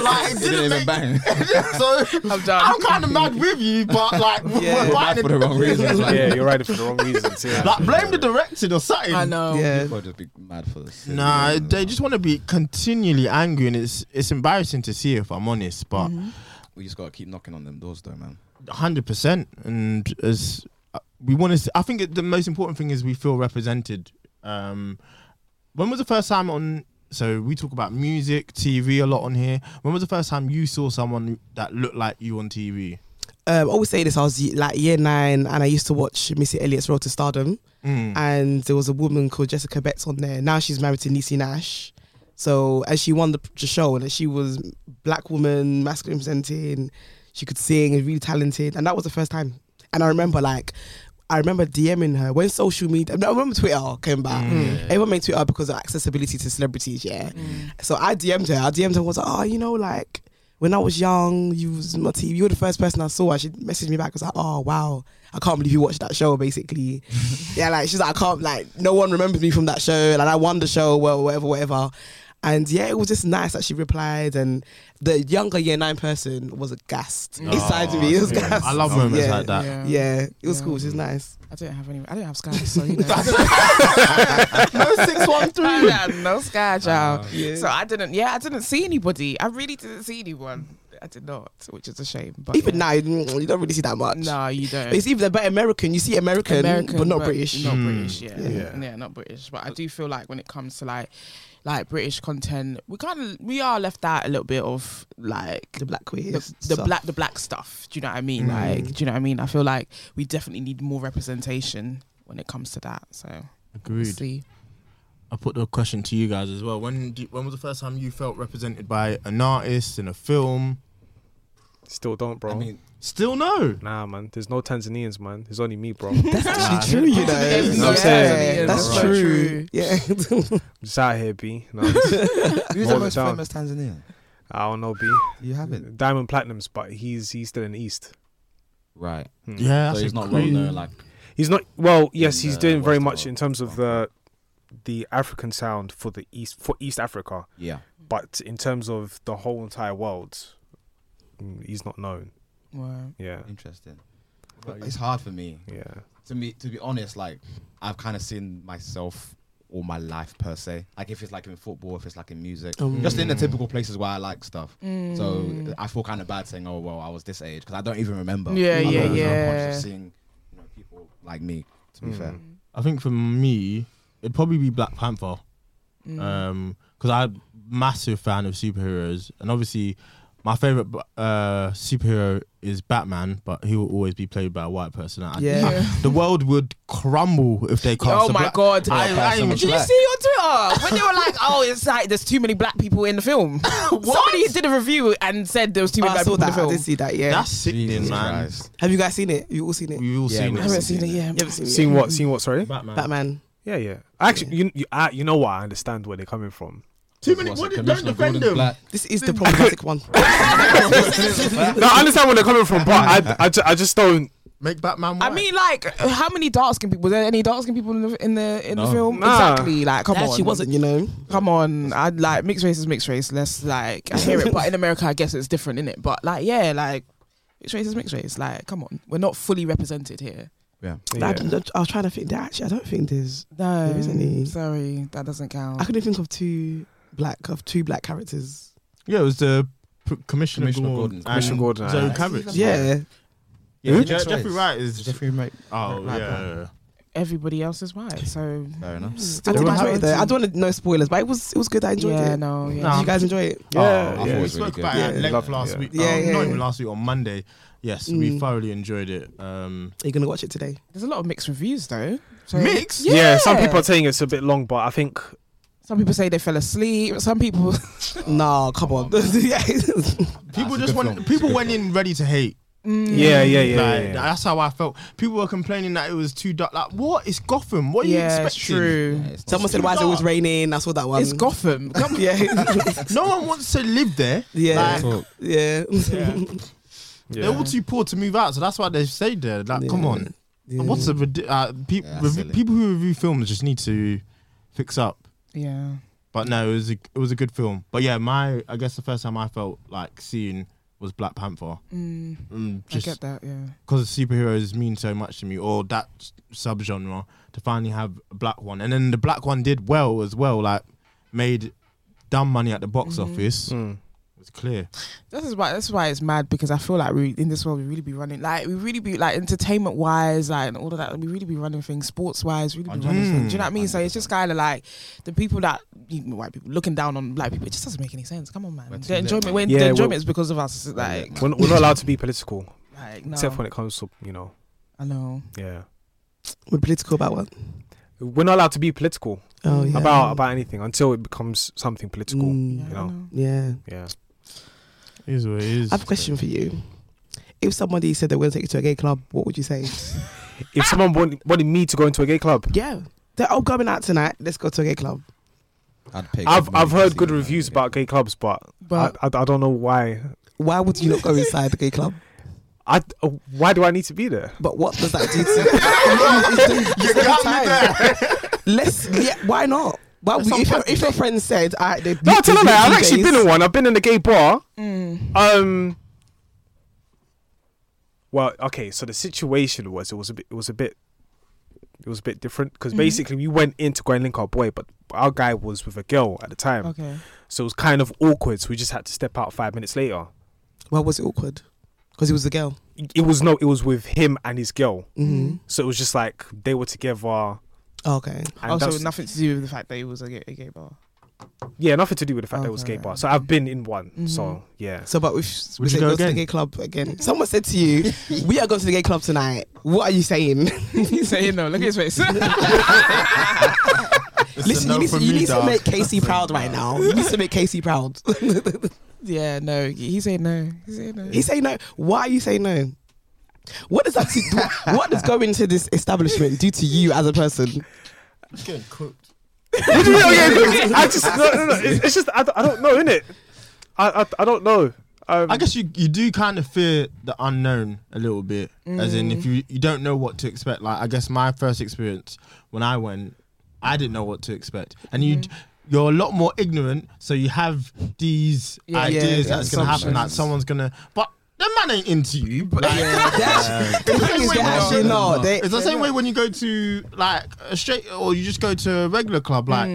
Speaker 3: Like, like it
Speaker 2: It didn't
Speaker 3: didn't
Speaker 2: even
Speaker 3: make.
Speaker 2: bang.
Speaker 3: so
Speaker 6: I'm
Speaker 3: I'm,
Speaker 6: done.
Speaker 3: kind of mad with you, but like,
Speaker 4: Yeah.
Speaker 3: we're
Speaker 2: Bad
Speaker 3: buying
Speaker 2: for the wrong reasons. like-
Speaker 5: yeah, you're right for the wrong reasons. Yeah.
Speaker 3: Like, blame the director or something.
Speaker 6: I know.
Speaker 4: Yeah.
Speaker 2: People just be mad for this.
Speaker 3: Nah, they just want to be continually angry, and it's it's embarrassing to see if I'm honest. But
Speaker 6: Mm-hmm.
Speaker 2: We just gotta keep knocking on them doors, though, man.
Speaker 3: hundred percent, and as uh, we want to, I think it, the most important thing is we feel represented. Um, when was the first time on? So we talk about music, TV a lot on here. When was the first time you saw someone that looked like you on TV?
Speaker 4: Um, I always say this. I was ye- like year nine, and I used to watch Missy Elliott's Road to Stardom,
Speaker 3: Hmm.
Speaker 4: and there was a woman called Jessica Betts on there. Now she's married to Niecy Nash. So as she won the, the show, and she was black woman, masculine presenting, she could sing, and really talented, and that was the first time. And I remember like. I remember DMing her when social media. No, I remember Twitter came back. Everyone made Twitter because of accessibility to celebrities. Yeah,
Speaker 6: Mm.
Speaker 4: so I DM'd her. I DM'd her. and Was like, oh, you know, like when I was young, you was on my TV. You were the first person I saw. She messaged me back. I was like, oh wow, I can't believe you watched that show. Basically, yeah, like she's like, I can't like no one remembers me from that show. Like I won the show, well, whatever, whatever. And yeah, it was just nice that she replied. And the younger year nine person was aghast
Speaker 6: Oh,
Speaker 4: inside me. It was gassed.
Speaker 3: I love moments
Speaker 4: Yeah.
Speaker 3: like that.
Speaker 6: Yeah.
Speaker 4: Yeah, it was
Speaker 6: Yeah.
Speaker 4: cool. She's nice.
Speaker 6: I didn't have any. I didn't have Sky, so you know.
Speaker 4: No six one three.
Speaker 6: I had no Sky, child.
Speaker 3: Uh,
Speaker 4: yeah.
Speaker 6: So I didn't. Yeah, I didn't see anybody. I really didn't see anyone. I did not, which is a shame. But
Speaker 4: Even
Speaker 6: yeah.
Speaker 4: now, mm, you don't really see that much.
Speaker 6: no, you don't.
Speaker 4: But it's even about American. You see American, but not British.
Speaker 6: Not British, yeah. yeah, not British. But I do feel like when it comes to like, like British content, we kind of we are left out a little bit of like
Speaker 4: The black queer.
Speaker 6: the, the black the black stuff. Do you know what I mean? Like, do you know what I mean? I feel like we definitely need more representation when it comes to that. So we'll
Speaker 3: Agreed.
Speaker 6: see.
Speaker 3: I put the question to you guys as well. When do, when was the first time you felt represented by an artist in a film?
Speaker 5: Still don't, bro.
Speaker 2: I mean,
Speaker 3: Still no.
Speaker 5: nah, man. There's no Tanzanians, man. There's only me, bro.
Speaker 4: That's actually true, you know.
Speaker 6: There's
Speaker 5: no
Speaker 4: Yeah,
Speaker 5: Tanzanians,
Speaker 4: That's
Speaker 5: bro.
Speaker 4: true. Yeah.
Speaker 5: Just out here, B. No, I'm just-
Speaker 2: who's
Speaker 5: More
Speaker 2: the
Speaker 5: the
Speaker 2: most
Speaker 5: town.
Speaker 2: famous Tanzanian?
Speaker 5: I don't know, B.
Speaker 2: You haven't.
Speaker 5: Diamond Platinums, but he's he's still in the East.
Speaker 2: Right.
Speaker 3: Yeah,
Speaker 2: So
Speaker 3: that's
Speaker 2: he's
Speaker 3: a
Speaker 2: not well
Speaker 3: crazy-
Speaker 2: known. Like,
Speaker 5: He's not. Well, yes,
Speaker 2: In,
Speaker 5: he's
Speaker 2: uh,
Speaker 5: doing very
Speaker 2: Western
Speaker 5: much
Speaker 2: world.
Speaker 5: in terms of the the African sound for the East for East Africa,
Speaker 2: yeah.
Speaker 5: but in terms of the whole entire world, mm, he's not known.
Speaker 6: Wow.
Speaker 5: Yeah,
Speaker 2: Interesting. But it's hard for me.
Speaker 5: yeah.
Speaker 2: To me, to be honest, like I've kind of seen myself all my life per se. Like if it's like in football, if it's like in music,
Speaker 6: Oh.
Speaker 2: just in the typical places where I like stuff.
Speaker 6: Mm.
Speaker 2: So I feel kind of bad saying, "Oh well, I was this age," because I don't even remember.
Speaker 6: Yeah,
Speaker 2: I'm not
Speaker 6: yeah,
Speaker 2: even
Speaker 6: yeah.
Speaker 2: conscious of Seeing you know, people like me. To be fair,
Speaker 6: Mm.
Speaker 3: I think for me, it'd probably be Black Panther. Um 'cause because I massive fan of superheroes, and obviously, my favorite uh, superhero is Batman, but he will always be played by a white person. I-
Speaker 4: Yeah.
Speaker 3: the world would crumble if they cast.
Speaker 6: oh
Speaker 3: a
Speaker 6: my
Speaker 3: black-
Speaker 6: god!
Speaker 3: Yeah,
Speaker 6: I,
Speaker 3: cast
Speaker 6: I,
Speaker 3: someone
Speaker 6: did you
Speaker 3: black.
Speaker 6: see on Twitter when they were like, "Oh, it's like there's too many black people in the film." Somebody did a review and said there was too
Speaker 4: Oh,
Speaker 6: many
Speaker 4: I
Speaker 6: black
Speaker 4: saw
Speaker 6: people in
Speaker 4: that.
Speaker 6: the
Speaker 4: I
Speaker 6: film.
Speaker 4: did see that. Yeah.
Speaker 3: That's sickening,
Speaker 2: Jesus
Speaker 3: man.
Speaker 2: Christ.
Speaker 4: Have you guys seen it? You all seen it? You
Speaker 3: We've all
Speaker 2: Yeah,
Speaker 3: seen
Speaker 2: we've
Speaker 3: it.
Speaker 6: I haven't seen it yet.
Speaker 4: haven't seen it?
Speaker 5: Seen
Speaker 4: yet?
Speaker 5: what? Seen what? Sorry.
Speaker 3: Batman.
Speaker 4: Batman.
Speaker 5: Yeah, yeah. Actually, you you, I, you know what? I understand where they're coming from.
Speaker 3: Too many.
Speaker 2: What's
Speaker 3: What,
Speaker 2: it,
Speaker 3: don't
Speaker 2: Commissioner
Speaker 3: defend
Speaker 2: Gordon's
Speaker 3: them.
Speaker 2: black?
Speaker 4: This is the problematic one.
Speaker 5: no, I understand where they're coming from, but I, I, ju- I just don't.
Speaker 3: Make Batman.
Speaker 6: I
Speaker 3: white.
Speaker 6: mean, like, how many dark skinned people? Were there any dark skinned people in the in the in the
Speaker 2: No.
Speaker 6: film?
Speaker 5: Nah.
Speaker 6: Exactly. Like, come
Speaker 4: There
Speaker 6: on,
Speaker 4: actually wasn't, you know.
Speaker 6: Come on, I like mixed race is mixed race. Let's like I hear it, but in America, I guess it's different, in it? But like, yeah, like mixed race is mixed race. Like, come on, we're not fully represented here.
Speaker 4: I,
Speaker 5: Yeah.
Speaker 4: don't- I was trying to think. That actually, I don't think there's.
Speaker 6: No,
Speaker 4: There isn't any.
Speaker 6: sorry, that doesn't count.
Speaker 4: I couldn't think of two black of two black characters.
Speaker 3: yeah, it was the p- Commissioner,
Speaker 2: Commissioner
Speaker 3: Gordon.
Speaker 2: Gordon.
Speaker 3: and
Speaker 5: Commissioner Gordon,
Speaker 3: Zoe
Speaker 5: aye.
Speaker 3: Kravitz.
Speaker 4: Yeah,
Speaker 3: Yeah,
Speaker 2: Who?
Speaker 3: Je- Jeffrey Wright is.
Speaker 1: Jeffrey Wright.
Speaker 3: oh
Speaker 1: Wright,
Speaker 3: yeah.
Speaker 6: Everybody else is white, so
Speaker 2: Fair enough.
Speaker 4: I did
Speaker 3: Everyone
Speaker 4: enjoy
Speaker 3: had
Speaker 4: it though. I don't want to know spoilers, but it was it was good. I enjoyed
Speaker 6: yeah,
Speaker 4: it.
Speaker 6: no, yeah.
Speaker 3: Nah.
Speaker 4: Did you guys enjoy it?
Speaker 5: Yeah,
Speaker 2: Oh, I
Speaker 5: yeah.
Speaker 2: thought it
Speaker 3: we
Speaker 2: was
Speaker 3: spoke
Speaker 2: really
Speaker 3: about
Speaker 4: good.
Speaker 3: it at
Speaker 4: Yeah.
Speaker 3: length
Speaker 5: Yeah.
Speaker 3: last week.
Speaker 4: Yeah,
Speaker 3: Yeah,
Speaker 4: yeah,
Speaker 3: not
Speaker 4: yeah.
Speaker 3: even last week on Monday. Yes, we
Speaker 4: Mm.
Speaker 3: thoroughly enjoyed it. Um,
Speaker 4: Are you gonna watch it today?
Speaker 6: There's a lot of mixed reviews though. So
Speaker 3: Mixed?
Speaker 5: yeah. Some people are saying it's a bit long, but I think
Speaker 6: some people say they fell asleep. Some people,
Speaker 4: No, come on. yeah.
Speaker 3: people
Speaker 2: a
Speaker 3: just
Speaker 2: good
Speaker 3: went.
Speaker 2: film. It's a
Speaker 3: People
Speaker 2: good
Speaker 3: went in ready to hate.
Speaker 5: yeah, yeah,
Speaker 3: like,
Speaker 5: yeah. yeah, yeah.
Speaker 3: That's how I felt. People were complaining that it was too dark. Like, what? It's Gotham. What are
Speaker 6: yeah,
Speaker 3: you
Speaker 6: it's
Speaker 3: expecting?
Speaker 6: true.
Speaker 2: Yeah, it's not
Speaker 4: Someone said why is it always raining? I saw that one.
Speaker 6: It's Gotham. Come on.
Speaker 4: Yeah,
Speaker 3: No one wants to live there.
Speaker 4: yeah,
Speaker 3: Like,
Speaker 2: Talk.
Speaker 4: yeah.
Speaker 3: Yeah. They're all too poor to move out, so that's why they stayed there. Like, come
Speaker 4: Yeah.
Speaker 3: on.
Speaker 4: Yeah.
Speaker 3: What's the ridi- uh, pe-
Speaker 2: Yeah,
Speaker 3: rev-
Speaker 2: silly.
Speaker 3: people who review films just need to fix up.
Speaker 6: Yeah.
Speaker 3: But no, it was a, it was a good film. But yeah, my I guess the first time I felt like seeing was Black Panther.
Speaker 6: Mm,
Speaker 3: Mm,
Speaker 6: I get
Speaker 3: just
Speaker 6: that. Yeah.
Speaker 3: because superheroes mean so much to me, or that s- subgenre, to finally have a black one, and then the black one did well as well. Like made dumb money at the box
Speaker 4: Mm-hmm.
Speaker 6: Mhm.
Speaker 3: office. It
Speaker 5: Mm.
Speaker 3: was clear.
Speaker 6: This is why. This is why it's mad because I feel like we in this world we really be running like we really be like entertainment wise like and all of that we really be running things sports wise really be running things. Do you know what I mean? So it's just kind of like the people that even white people looking down on black people. It just doesn't make any sense. Come on, man.
Speaker 2: We're too
Speaker 6: The
Speaker 2: late,
Speaker 6: enjoyment
Speaker 2: man.
Speaker 6: when
Speaker 5: Yeah,
Speaker 6: the
Speaker 5: we're-
Speaker 6: enjoyment is because of us. It's Like,
Speaker 5: We're, not, we're not allowed to be political,
Speaker 6: like no,
Speaker 5: except when it comes to you know,
Speaker 6: I know.
Speaker 5: yeah.
Speaker 4: With political about what?
Speaker 5: We're not allowed to be political
Speaker 4: Oh yeah.
Speaker 5: about about anything until it becomes something political.
Speaker 4: Mm.
Speaker 6: Yeah,
Speaker 5: You
Speaker 6: I
Speaker 5: know.
Speaker 6: know.
Speaker 4: Yeah.
Speaker 5: Yeah.
Speaker 3: It is what it is.
Speaker 4: I have a question for you. If somebody said they were going to take you to a gay club, what would you say?
Speaker 5: If someone wanted, wanted me to go into a gay club,
Speaker 4: yeah. They're all going out tonight. Let's go to a gay club.
Speaker 2: I'd pick
Speaker 5: I've I've heard
Speaker 2: Mike
Speaker 5: good
Speaker 2: Seaman.
Speaker 5: reviews about gay clubs, but,
Speaker 6: But
Speaker 5: I, I I don't know why.
Speaker 4: Why would you not go inside the gay club?
Speaker 5: I uh, why do I need to be there?
Speaker 4: But what does that do to you? got me Let's. Yeah. Why not? Why would, if, your, if your friend said, "I," they,
Speaker 5: No, I tell
Speaker 4: they
Speaker 5: you,
Speaker 4: do
Speaker 5: I've actually
Speaker 4: DJs."
Speaker 5: been in one. I've been in a gay bar.
Speaker 6: mm,
Speaker 5: Um. Well, okay. So the situation was it was a bit it was a bit it was a bit different because
Speaker 6: Mhm.
Speaker 5: basically we went in to go and link our boy, but our guy was with a girl at the time,
Speaker 6: okay.
Speaker 5: so it was kind of awkward. So we just had to step out five minutes later.
Speaker 4: Why was it awkward? Because he was a girl.
Speaker 5: It was no, it was with him and his girl.
Speaker 4: Mm-hmm. Oh,
Speaker 5: So it was just like they were together.
Speaker 4: Okay.
Speaker 5: And
Speaker 6: also,
Speaker 5: that's-
Speaker 6: nothing to do with the fact that it was a gay, a gay bar.
Speaker 5: Yeah, nothing to do with the fact that it was
Speaker 6: Okay.
Speaker 5: gay bar. So I've been in one.
Speaker 6: Mhm.
Speaker 5: So yeah.
Speaker 4: So, but if we
Speaker 3: Would you
Speaker 4: say
Speaker 3: go
Speaker 4: go, to the
Speaker 3: again?
Speaker 4: gay club again, someone said to you, "We are going to the gay club tonight." What are you saying?
Speaker 6: He's saying no. Look at his face.
Speaker 4: Listen, you need, to, you need to make Casey proud right now. You need to make Casey proud.
Speaker 6: yeah, no. He said no. He said no.
Speaker 4: He say no. Why are you saying no? What does that? do- what does going to this establishment do to you as a person?
Speaker 5: What do you mean? Okay, I just no, no, no. It's, it's just I, don't- I don't know, innit? I I, I don't know. Um,
Speaker 3: I guess you you do kind of fear the unknown a little bit, as in
Speaker 4: Mm.
Speaker 3: if you you don't know what to expect. Like I guess my first experience when I went, I didn't know what to expect, and you.
Speaker 4: Mm-hmm.
Speaker 3: You're a lot more ignorant, so you have these
Speaker 6: Yeah, yeah,
Speaker 3: ideas
Speaker 4: yeah,
Speaker 3: that's gonna happen. That
Speaker 2: assumptions.
Speaker 3: someone's gonna, but that man ain't into you. Like,
Speaker 4: They actually- the thing is, they actually no. They,
Speaker 3: it's the same way when you go to like a straight, or you just go to a regular club. Like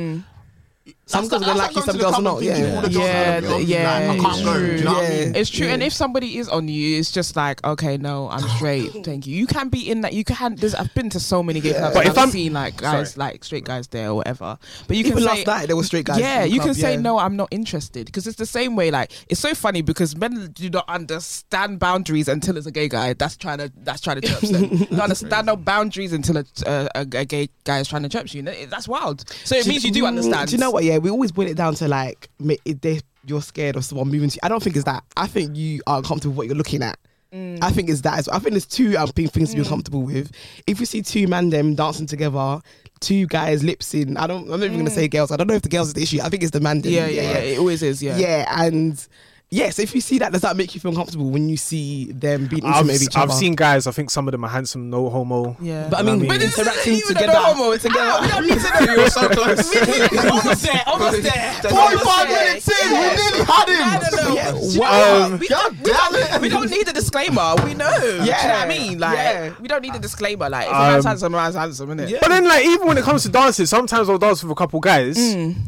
Speaker 4: some
Speaker 3: that's
Speaker 4: girls are gonna
Speaker 3: not-
Speaker 4: like you,
Speaker 3: that's
Speaker 4: Mm. some girls are
Speaker 3: going
Speaker 4: not.
Speaker 3: to the club and thinking
Speaker 4: Yeah.
Speaker 3: all the girls
Speaker 6: Yeah,
Speaker 3: are gonna be
Speaker 6: yeah,
Speaker 3: like, I can't
Speaker 6: it's
Speaker 3: go. Do
Speaker 6: true.
Speaker 3: you know what I
Speaker 4: Yeah,
Speaker 3: mean?
Speaker 4: Yeah.
Speaker 6: It's true. And
Speaker 4: Yeah.
Speaker 6: if somebody is on you, it's just like, okay, no, I'm straight. Thank you. You can be in that. You can. There's, I've been to so many gay clubs.
Speaker 4: But
Speaker 6: and
Speaker 5: if
Speaker 6: I've
Speaker 5: I'm-
Speaker 6: seen like guys, like straight guys there or whatever. But you can
Speaker 4: Even
Speaker 6: say,
Speaker 4: last night there were straight guys.
Speaker 6: yeah,
Speaker 4: in the
Speaker 6: you
Speaker 4: club,
Speaker 6: can say
Speaker 4: yeah.
Speaker 6: no, I'm not interested because it's the same way. Like it's so funny because men do not understand boundaries until it's a gay guy that's trying to that's trying to chirp them. They don't understand no boundaries until a, a, a, a gay guy is trying to chirp you. Th- That's wild. So it
Speaker 4: Do-
Speaker 6: means you do
Speaker 4: Mm,
Speaker 6: understand.
Speaker 4: Do you know what? Yeah, we always boil it down to like ma- if they, you're scared of someone moving to you. I don't think it's that. I think you are uncomfortable with what you're looking at.
Speaker 6: Mm.
Speaker 4: I think it's that. As well. I think there's two um, thing- things to be uncomfortable with. If you see two man them dancing together, two guys lips in. I don't. I'm not even gonna say girls. I don't know if the girls is the issue. I think it's the man them.
Speaker 6: Mm. Yeah, yeah, yeah. It always is. Yeah.
Speaker 4: yeah. and yeah. So if you see that, does that make you feel uncomfortable when you see them being intimate
Speaker 5: I've,
Speaker 4: with
Speaker 5: s-
Speaker 4: each
Speaker 5: I've
Speaker 4: other?
Speaker 5: seen guys. I think some of them are handsome, no homo.
Speaker 6: Yeah.
Speaker 4: But I mean,
Speaker 5: I mean- But
Speaker 4: when
Speaker 6: this isn't
Speaker 4: interacting
Speaker 6: even a
Speaker 4: together,
Speaker 6: normal, it's a
Speaker 4: Ah,
Speaker 6: girl.
Speaker 4: we don't need to know.
Speaker 2: You're so close.
Speaker 6: almost there. Almost there.
Speaker 4: Forty-five minutes in, we nearly had him.
Speaker 6: No, no, no.
Speaker 4: Yeah,
Speaker 6: Do you know
Speaker 4: wow.
Speaker 6: what? We don't- we don't- we don't need a disclaimer. We know. Yeah. Do you know what I mean? Like,
Speaker 4: Yeah.
Speaker 6: we don't need a disclaimer. Like, if a
Speaker 5: Um,
Speaker 6: man's handsome, a man's handsome, innit?
Speaker 5: But then, like, even when it comes to dances, sometimes I'll dance with a couple guys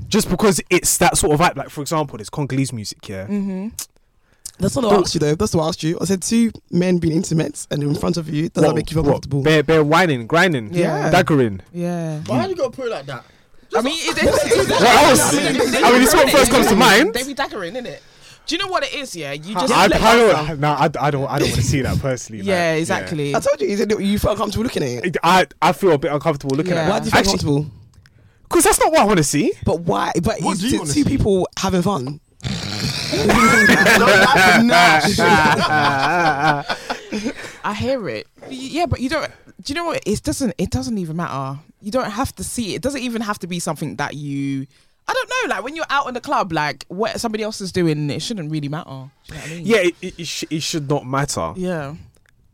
Speaker 5: just because it's that sort of vibe. Like, for example, there's Congolese music here.
Speaker 4: That's not what I asked you though. That's what I asked you. I said two men being intimate and in front of you. Does that make you feel
Speaker 5: What?
Speaker 4: comfortable?
Speaker 5: Bare, bare whining, grinding,
Speaker 4: Yeah.
Speaker 5: daggering.
Speaker 6: Yeah.
Speaker 3: Why you gotta put it like that?
Speaker 6: I mean, it, it's it's-
Speaker 5: What else?
Speaker 6: I mean, it's-
Speaker 5: I mean, it's what first comes to mind.
Speaker 6: They be daggering, innit? Do you know what it is? Yeah, you just.
Speaker 5: I, I
Speaker 6: let-
Speaker 5: don't, nah, I, I don't, I don't want to see that personally. like,
Speaker 6: yeah, exactly.
Speaker 4: I told you. You said that you felt comfortable looking at it.
Speaker 5: It- I, I feel a bit uncomfortable looking
Speaker 6: Yeah.
Speaker 4: Why
Speaker 5: at
Speaker 4: do
Speaker 5: it.
Speaker 4: you feel comfortable?
Speaker 5: because that's not what I want to see.
Speaker 4: But why? But
Speaker 3: What
Speaker 4: it's
Speaker 3: do you
Speaker 4: t-
Speaker 3: wanna see?
Speaker 4: two people having fun. Nah.
Speaker 6: I hear it. Y- Yeah, but you don't. Do you know what? It doesn't. It doesn't even matter. You don't have to see it. It doesn't even have to be something that you. I don't know. Like when you're out in the club, like what somebody else is doing, it shouldn't really matter. Do you know what I mean?
Speaker 5: Yeah, it, it, it, sh- it should not matter.
Speaker 6: Yeah.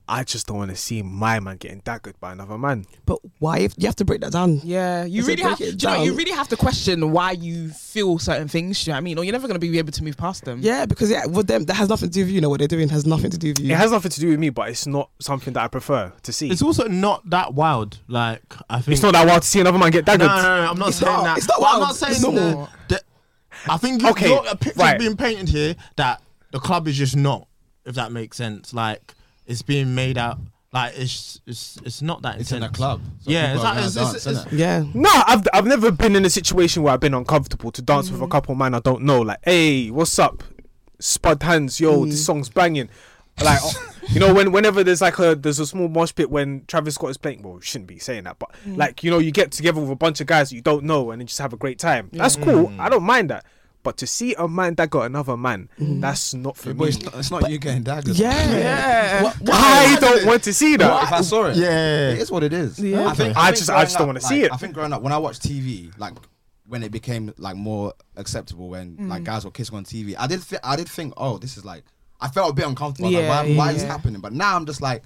Speaker 5: I just don't want to see my man getting daggered by another man.
Speaker 4: But why? If you have to break that down.
Speaker 6: Yeah. You
Speaker 4: Does it
Speaker 6: really
Speaker 4: break
Speaker 6: have. Do you
Speaker 4: it
Speaker 6: know? what? You
Speaker 4: down?
Speaker 6: really have to question why you feel certain things. Do you know what I mean? Or you're never gonna be able to move past them.
Speaker 4: Yeah, because yeah, with them that has nothing to do with you. you know what they're doing has nothing to do with you.
Speaker 5: It has nothing to do with me, but it's not something that I prefer to see.
Speaker 3: It's
Speaker 5: It's,
Speaker 3: also not that wild. Like I think
Speaker 5: not that wild to see another man get
Speaker 3: No,
Speaker 5: daggered.
Speaker 3: no, no, I'm not
Speaker 4: It's
Speaker 3: saying
Speaker 4: not-
Speaker 3: that.
Speaker 4: it's not
Speaker 3: But I'm
Speaker 4: wild,
Speaker 3: not saying
Speaker 4: it's
Speaker 3: that.
Speaker 4: normal.
Speaker 3: that- I think you,
Speaker 5: Okay,
Speaker 3: okay, a picture's
Speaker 5: right.
Speaker 3: being painted here that the club is just not, if that makes sense. Like it's being made out. Like it's it's it's not that.
Speaker 2: It's in a
Speaker 3: intense.
Speaker 2: club. So
Speaker 3: yeah,
Speaker 2: people
Speaker 3: it's,
Speaker 2: are
Speaker 3: not-
Speaker 2: gonna
Speaker 3: it's,
Speaker 2: dance,
Speaker 3: it's, it's,
Speaker 2: innit?
Speaker 4: yeah.
Speaker 5: No, I've I've never been in a situation where I've been uncomfortable to dance with a couple man I don't know. Like, hey, what's up? Spud hands, yo, this song's banging. Like, oh, you know, when whenever there's like a there's a small mosh pit when Travis Scott is playing. Well, you shouldn't be saying that, but like you know, you get together with a bunch of guys you don't know and then just have a great time. That's cool. I don't mind that. But to see a man that got another man, that's not for
Speaker 2: But
Speaker 5: me.
Speaker 2: it's not, it's not you getting daggered.
Speaker 4: Yeah.
Speaker 6: Yeah.
Speaker 4: What- what-
Speaker 5: I don't want to see that.
Speaker 2: If I saw it,
Speaker 3: yeah.
Speaker 2: it is what it is.
Speaker 4: Yeah.
Speaker 2: think-
Speaker 5: I
Speaker 2: think
Speaker 5: just- I
Speaker 2: growing
Speaker 5: just don't
Speaker 2: up,
Speaker 5: wanna
Speaker 2: like,
Speaker 5: see it.
Speaker 2: I think growing up, when I watched TV, like when it became like more acceptable, when like guys were kissing on TV, I did, th- I did think, oh, this is like, I felt a bit uncomfortable. I was like, why,
Speaker 6: Yeah,
Speaker 2: why
Speaker 6: yeah,
Speaker 2: is this
Speaker 6: yeah.
Speaker 2: happening? But now I'm just like,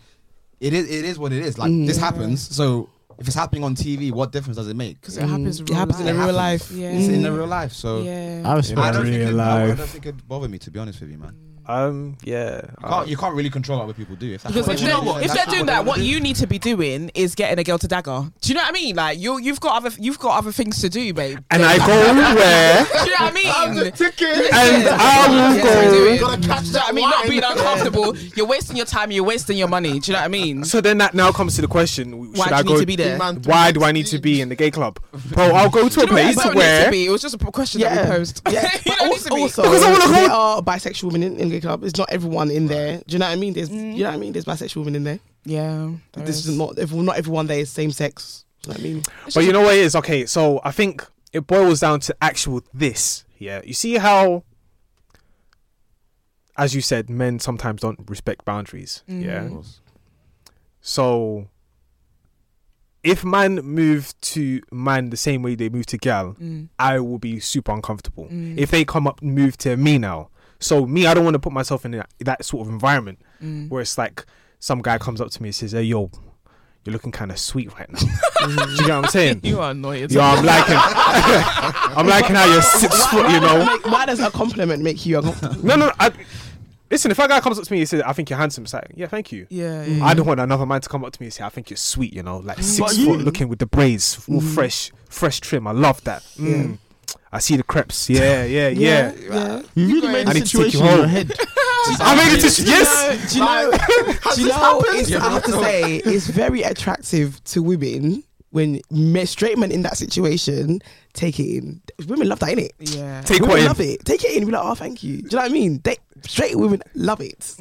Speaker 2: it is, it is what it is. Like this happens. So if it's happening on TV, what difference does it make?
Speaker 6: Because it happens.
Speaker 4: It happens in
Speaker 2: It
Speaker 4: real
Speaker 2: happens.
Speaker 4: life.
Speaker 6: Yeah.
Speaker 2: It's in the real life. So
Speaker 6: Yeah.
Speaker 3: I respect
Speaker 2: I don't think
Speaker 3: it.
Speaker 2: it, I
Speaker 5: life.
Speaker 2: don't think it'd bother me to be honest with you, man.
Speaker 5: Um, yeah.
Speaker 2: You can't, you can't really control what other people do. If that's
Speaker 6: Because
Speaker 2: what
Speaker 6: if,
Speaker 2: they
Speaker 6: they're,
Speaker 2: wanna do,
Speaker 6: if
Speaker 2: that's
Speaker 6: they're
Speaker 2: not
Speaker 6: doing
Speaker 2: they
Speaker 6: that,
Speaker 2: wanna
Speaker 6: what
Speaker 2: do.
Speaker 6: you need to be doing is getting a girl to dagger. Do you know what I mean? Like you, you've got other, you've got other things to do, babe.
Speaker 5: and I go where.
Speaker 6: Do you know what I mean?
Speaker 5: and I will
Speaker 6: Yes,
Speaker 5: go.
Speaker 6: do it. Do you know what I mean? Not being uncomfortable. You're wasting your time. You're wasting your money. Do you know what I mean?
Speaker 5: So then that now comes to the question: w- Should
Speaker 6: Why do
Speaker 5: I
Speaker 6: you
Speaker 5: go?
Speaker 6: need to be there? Do
Speaker 5: Why do I need to be in the gay club, bro? I'll go to a
Speaker 6: you know what?
Speaker 5: place
Speaker 6: It don't need to
Speaker 5: where
Speaker 6: be. It was just a question that we posed.
Speaker 4: Yeah.
Speaker 6: You
Speaker 4: But
Speaker 6: don't need
Speaker 4: also,
Speaker 6: to be.
Speaker 4: also,
Speaker 5: Because I wanna
Speaker 4: there
Speaker 5: go-
Speaker 4: are bisexual women in, in the club. It's not everyone in there. Do you know what I mean? There's, you know what I mean? There's bisexual women in there.
Speaker 6: yeah. there
Speaker 4: this is not everyone. Not everyone there is same sex. Do you know what I mean?
Speaker 5: But you know what it is? Okay, so I think it boils down to actual this. Yeah. You see how as you said, men sometimes don't respect boundaries. Yeah. So if man move to man the same way they move to gal,
Speaker 6: Mm.
Speaker 5: I will be super uncomfortable. If they come up and move to me now. So me, I don't want to put myself in that, that sort of environment
Speaker 6: Mm.
Speaker 5: where it's like some guy comes up to me and says, Hey yo, you're looking kinda sweet right now. Do you get what I'm saying?
Speaker 6: You are annoyed.
Speaker 5: Yo, I'm liking, I'm liking how you're six foot. You
Speaker 6: Oh.
Speaker 5: know,
Speaker 4: Like, why does a compliment make you uncomfortable?
Speaker 5: no, no. I, listen, if a guy comes up to me and says, "I think you're handsome," it's like, yeah, thank you.
Speaker 6: Yeah. yeah.
Speaker 5: I don't want another man to come up to me and say, "I think you're sweet." You know,
Speaker 6: Mm.
Speaker 5: like six
Speaker 3: you-
Speaker 5: foot, looking with the braids, all fresh, fresh trim. I love that. Mm. I see the crepes. Yeah, yeah, yeah.
Speaker 4: yeah.
Speaker 3: You really
Speaker 6: going-
Speaker 3: made
Speaker 5: I
Speaker 3: the
Speaker 5: need to take you
Speaker 3: situation in your
Speaker 5: home.
Speaker 3: head.
Speaker 5: I made it to yes.
Speaker 4: Do you know? Do you
Speaker 5: this
Speaker 4: know?
Speaker 5: happened?
Speaker 4: It's, I have to say, it's very attractive to women when men, straight men in that situation take it in. Women love that, innit?
Speaker 6: Yeah.
Speaker 5: Take
Speaker 4: women
Speaker 5: what in?
Speaker 4: love it. Take it in. Be like, oh, thank you. Do you know what I mean? They, straight women love it.
Speaker 6: Mm.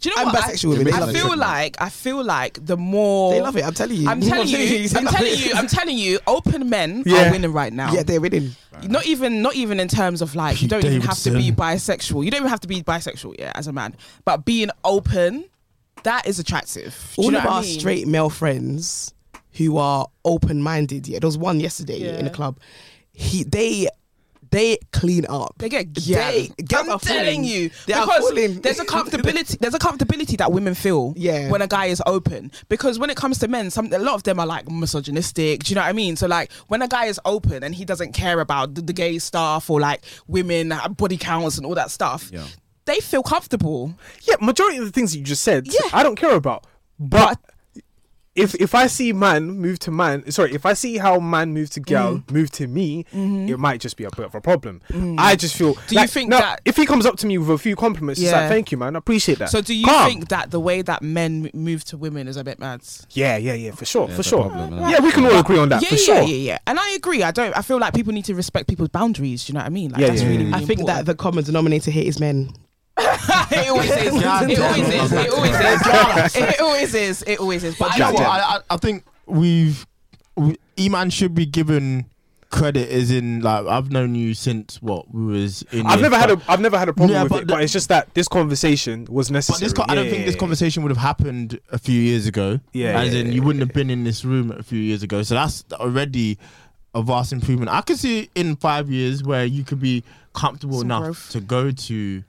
Speaker 6: Do you know
Speaker 4: And
Speaker 6: what?
Speaker 4: bisexual women,
Speaker 6: I,
Speaker 4: they
Speaker 6: I
Speaker 4: love it.
Speaker 6: feel like I feel like the more
Speaker 4: They love it. I'm telling you.
Speaker 6: I'm telling you, I'm telling you, I'm telling you, open men
Speaker 5: Yeah.
Speaker 6: are winning right now.
Speaker 4: Yeah, they're winning.
Speaker 6: Not even, not even in terms of like you
Speaker 3: Pete
Speaker 6: don't even have to be
Speaker 3: Davidson.
Speaker 6: bisexual. You don't even have to be bisexual, yeah, as a man. But being open, that is attractive. Do you
Speaker 4: All
Speaker 6: know
Speaker 4: of
Speaker 6: what I
Speaker 4: our
Speaker 6: mean?
Speaker 4: straight male friends who are open-minded. Yeah, there was one yesterday in
Speaker 6: Yeah.
Speaker 4: the club. He, they, they clean up.
Speaker 6: They get
Speaker 4: Yeah,
Speaker 6: gay.
Speaker 4: girls
Speaker 6: I'm
Speaker 4: are
Speaker 6: telling
Speaker 4: falling.
Speaker 6: you,
Speaker 4: They are
Speaker 6: because
Speaker 4: falling.
Speaker 6: there's a comfortability. There's a comfortability that women feel
Speaker 4: Yeah.
Speaker 6: when a guy is open. Because when it comes to men, some a lot of them are like misogynistic. Do you know what I mean? So like when a guy is open and he doesn't care about the, the gay stuff or like women uh, body counts and all that stuff,
Speaker 2: Yeah.
Speaker 6: they feel comfortable.
Speaker 5: Yeah, majority of the things that you just said,
Speaker 6: Yeah.
Speaker 5: I don't care about. But if if I see man move to man, sorry, if I see how man move to girl
Speaker 6: Mm.
Speaker 5: move to me, it might just be a bit of a problem. I just feel.
Speaker 6: Mm-hmm. Do you
Speaker 5: like,
Speaker 6: think
Speaker 5: no,
Speaker 6: that-
Speaker 5: if he comes up to me with a few compliments, it's
Speaker 6: Yeah.
Speaker 5: like thank you, man, I appreciate that.
Speaker 6: So do you
Speaker 5: Calm.
Speaker 6: think that the way that men m- move to women is a bit mad?
Speaker 5: Yeah, yeah, yeah, for sure,
Speaker 2: Yeah,
Speaker 5: for
Speaker 2: it's a
Speaker 5: sure.
Speaker 2: problem, innit?
Speaker 5: yeah, we can all agree on that
Speaker 6: yeah,
Speaker 5: for
Speaker 6: yeah,
Speaker 5: sure.
Speaker 6: yeah, yeah. And I agree. I don't. I feel like people need to respect people's boundaries. Do you know what I mean? Like
Speaker 5: Yeah,
Speaker 6: that's
Speaker 5: yeah,
Speaker 6: really,
Speaker 5: yeah.
Speaker 6: really
Speaker 4: I think that
Speaker 6: important.
Speaker 4: the common denominator here is men.
Speaker 6: it always is. It
Speaker 3: God
Speaker 6: always
Speaker 3: damn.
Speaker 6: is. It always is. It always is. It always is. But
Speaker 3: But
Speaker 6: I
Speaker 3: you know what?
Speaker 6: know what?
Speaker 3: I, I, I think we've we, Eman should be given credit. As in, like I've known you since what we was in.
Speaker 5: I've
Speaker 3: year
Speaker 5: never had
Speaker 3: five.
Speaker 5: a I've never had a problem
Speaker 3: Yeah,
Speaker 5: with
Speaker 3: but
Speaker 5: it,
Speaker 3: the-
Speaker 5: but it's just that this conversation was
Speaker 3: But
Speaker 5: necessary.
Speaker 3: this, co- I don't
Speaker 5: Yeah,
Speaker 3: think
Speaker 5: yeah,
Speaker 3: this
Speaker 5: yeah.
Speaker 3: conversation would have happened a few years ago.
Speaker 5: Yeah,
Speaker 3: as
Speaker 5: yeah,
Speaker 3: in
Speaker 5: yeah,
Speaker 3: you wouldn't have been in this room a few years ago. So that's already a vast improvement. I could see in five years where you could be comfortable
Speaker 6: Some
Speaker 3: enough
Speaker 6: growth.
Speaker 3: to go to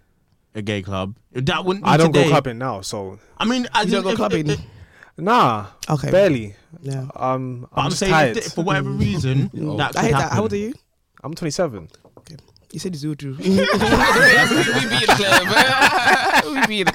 Speaker 3: a gay club. That wouldn't. Be
Speaker 5: I don't
Speaker 3: today.
Speaker 5: go clubbing now, so
Speaker 3: I mean, I
Speaker 4: You don't go clubbing.
Speaker 5: nah,
Speaker 4: Okay.
Speaker 5: barely.
Speaker 4: Yeah.
Speaker 5: Um,
Speaker 3: But
Speaker 5: I'm,
Speaker 3: I'm,
Speaker 5: just
Speaker 3: saying
Speaker 5: tired.
Speaker 3: if- for whatever reason that could
Speaker 4: I hate
Speaker 3: happen.
Speaker 4: that. How old are you?
Speaker 5: I'm 27.
Speaker 4: You said you do.
Speaker 6: we be in the club. we be in the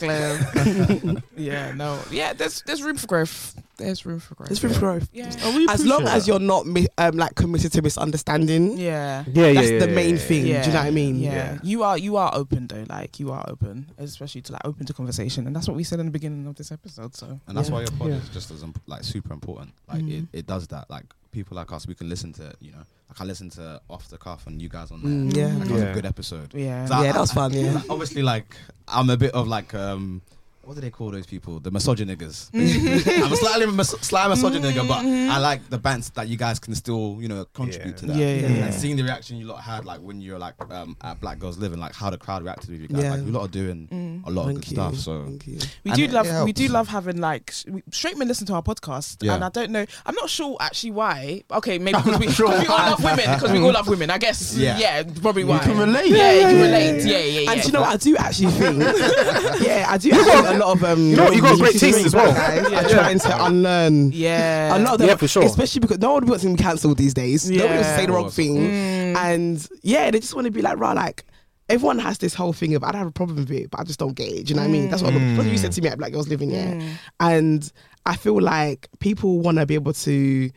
Speaker 6: club. yeah, no. Yeah, there's there's room for growth. There's room for growth.
Speaker 4: There's room for growth.
Speaker 6: Yeah.
Speaker 4: As long
Speaker 3: appreciate
Speaker 4: as you're not mi- um, like committed to misunderstanding,
Speaker 6: Yeah.
Speaker 5: Yeah,
Speaker 4: that's
Speaker 5: yeah,
Speaker 4: the
Speaker 5: yeah,
Speaker 4: main
Speaker 5: yeah,
Speaker 4: thing. Do you know what I mean?
Speaker 6: Yeah.
Speaker 5: Yeah.
Speaker 6: you are you are open though. Like you are open, especially to like open to conversation, and that's what we said in the beginning of this episode. So
Speaker 2: And that's
Speaker 4: Yeah.
Speaker 2: why your pod
Speaker 5: Yeah.
Speaker 2: is just as imp- like super important. Like it,
Speaker 3: Mm.
Speaker 4: Mhm.
Speaker 2: it does that. Like people like us, we can listen to it, you know. Like I listen to off the cuff and you guys on there.
Speaker 4: Mm, yeah.
Speaker 6: Mm-hmm.
Speaker 2: Like, that was
Speaker 5: Yeah.
Speaker 2: a good episode.
Speaker 6: yeah,
Speaker 2: So I-
Speaker 4: Yeah, that was
Speaker 2: I-
Speaker 4: fun, yeah.
Speaker 2: like, obviously, like I'm a bit of like um, what do they call those people? The misogyniggers.
Speaker 6: Mm-hmm.
Speaker 2: I'm a slightly mis- sly misogynigger, but I like the bands that you guys can still you know contribute
Speaker 5: Yeah.
Speaker 2: to that.
Speaker 6: Yeah, yeah, yeah.
Speaker 2: And seeing the reaction you lot had, like when you're like um, at Black Girls Living, like how the crowd reacted with you guys.
Speaker 4: Yeah.
Speaker 2: Like you lot are doing
Speaker 6: Mm.
Speaker 2: a lot of
Speaker 4: Thank
Speaker 2: good
Speaker 4: you.
Speaker 2: stuff. So
Speaker 4: Thank you.
Speaker 6: We
Speaker 2: And
Speaker 6: do
Speaker 2: it-
Speaker 6: love
Speaker 2: it
Speaker 6: we
Speaker 2: helps.
Speaker 6: do love having like sh- we- straight men listen to our podcast,
Speaker 2: Yeah.
Speaker 6: and I don't know. I'm not sure actually why. Okay, maybe because we, 'cause we all love women because we all love women. I guess yeah,
Speaker 2: Yeah.
Speaker 6: probably why.
Speaker 3: can relate.
Speaker 6: Yeah, you
Speaker 3: Yeah,
Speaker 6: can
Speaker 3: yeah,
Speaker 6: relate. Yeah, yeah, yeah.
Speaker 4: And do you know, what? I do actually think, yeah, I do actually think a lot of um,
Speaker 5: You know, you got great
Speaker 4: musicians
Speaker 5: taste as well.
Speaker 4: guys Are trying to unlearn.
Speaker 6: yeah.
Speaker 4: A lot of them,
Speaker 5: Yeah, for sure.
Speaker 4: especially because no one wants to be cancelled these days. Nobody wants to
Speaker 6: Yeah.
Speaker 4: say the wrong
Speaker 2: Of course, of
Speaker 4: thing,
Speaker 5: Mm.
Speaker 4: and yeah, they just want to be like, right, like everyone has this whole thing of I don't have a problem with it, but I just don't get it. Do you know what I mean? That's what,
Speaker 5: Mm.
Speaker 4: what you said to me at Black Girls Living, yeah. And I feel like people want to be able to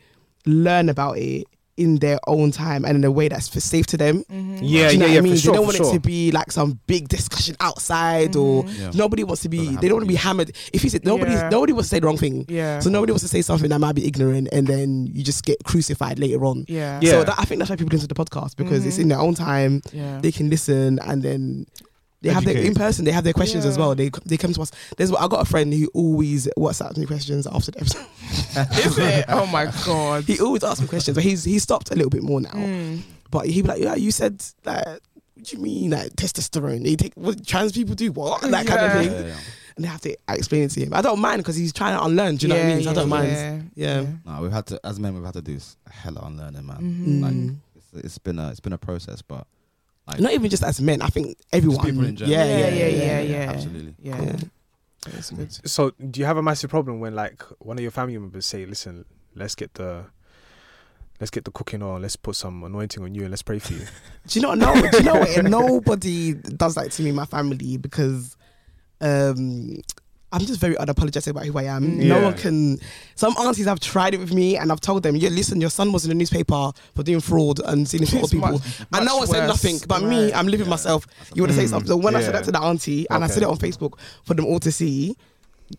Speaker 4: learn about it in their own time and in a way that's for safe to them.
Speaker 5: Yeah,
Speaker 4: Do you
Speaker 5: yeah,
Speaker 4: know
Speaker 5: yeah,
Speaker 4: what I mean?
Speaker 5: for sure.
Speaker 4: they don't
Speaker 5: for
Speaker 4: want
Speaker 5: sure.
Speaker 4: it to be like some big discussion outside, or
Speaker 2: Mm-hmm. Yeah.
Speaker 4: nobody wants to be.
Speaker 2: Doesn't
Speaker 4: They don't
Speaker 2: have
Speaker 4: want
Speaker 2: to
Speaker 4: to be
Speaker 2: be.
Speaker 4: hammered. If you said nobody,
Speaker 6: Yeah.
Speaker 4: nobody wants to say the wrong thing.
Speaker 6: Yeah.
Speaker 4: So nobody wants to say something that might be ignorant, and then you just get crucified later on.
Speaker 6: yeah,
Speaker 5: Yeah. Mm-hmm.
Speaker 4: So that, I think that's why people listen to the podcast because it's in their own time.
Speaker 6: yeah.
Speaker 4: They can listen, and then they have their
Speaker 3: Educate.
Speaker 4: in person. They have their questions as
Speaker 6: Yeah.
Speaker 4: well. They they come to us. There's I got a friend who always WhatsApps me questions after the episode.
Speaker 6: Is it? Oh my god.
Speaker 4: he always asks me questions, but he's he stopped a little bit more now.
Speaker 6: Mm.
Speaker 4: But he'd be like, yeah, you said that. What do you mean, like testosterone? They take what trans people do what that
Speaker 6: Yeah.
Speaker 4: kind
Speaker 2: yeah,
Speaker 4: of thing,
Speaker 2: yeah.
Speaker 4: and they have to explain it to him. I don't mind because he's trying to unlearn. Do you know what I mean? So I don't mind. Yeah.
Speaker 2: No, we've had to as men we've had to do s- hella unlearning, man.
Speaker 6: Mm-hmm.
Speaker 2: Like
Speaker 4: Mhm.
Speaker 2: it's, it's been a it's been a process, but like
Speaker 4: Not even just as men. I think
Speaker 2: just
Speaker 4: everyone.
Speaker 2: people in general.
Speaker 4: Yeah, yeah, yeah, yeah.
Speaker 6: yeah, yeah.
Speaker 2: absolutely.
Speaker 6: Yeah.
Speaker 4: Yeah.
Speaker 6: It's good.
Speaker 5: So, do you have a massive problem when like one of your family members say, "Listen, let's get the, let's get the cooking on, let's put some anointing on you, and let's pray for you."
Speaker 4: Do you know? No. Do you know what? Nobody does that to me, in my family, because um, I'm just very unapologetic about who I am. No
Speaker 5: Yeah.
Speaker 4: one can. Some aunties have tried it with me, and I've told them, "Yeah, listen, your son was in the newspaper for doing fraud and stealing from other
Speaker 6: It's
Speaker 4: people,"
Speaker 6: much-
Speaker 4: and no one
Speaker 6: much
Speaker 4: said
Speaker 6: worse.
Speaker 4: nothing. But me,
Speaker 6: Right.
Speaker 4: I'm living myself. You want to say something? So when I said
Speaker 5: Yeah.
Speaker 4: that to the auntie, and I said it
Speaker 5: Okay.
Speaker 4: on Facebook for them all to see,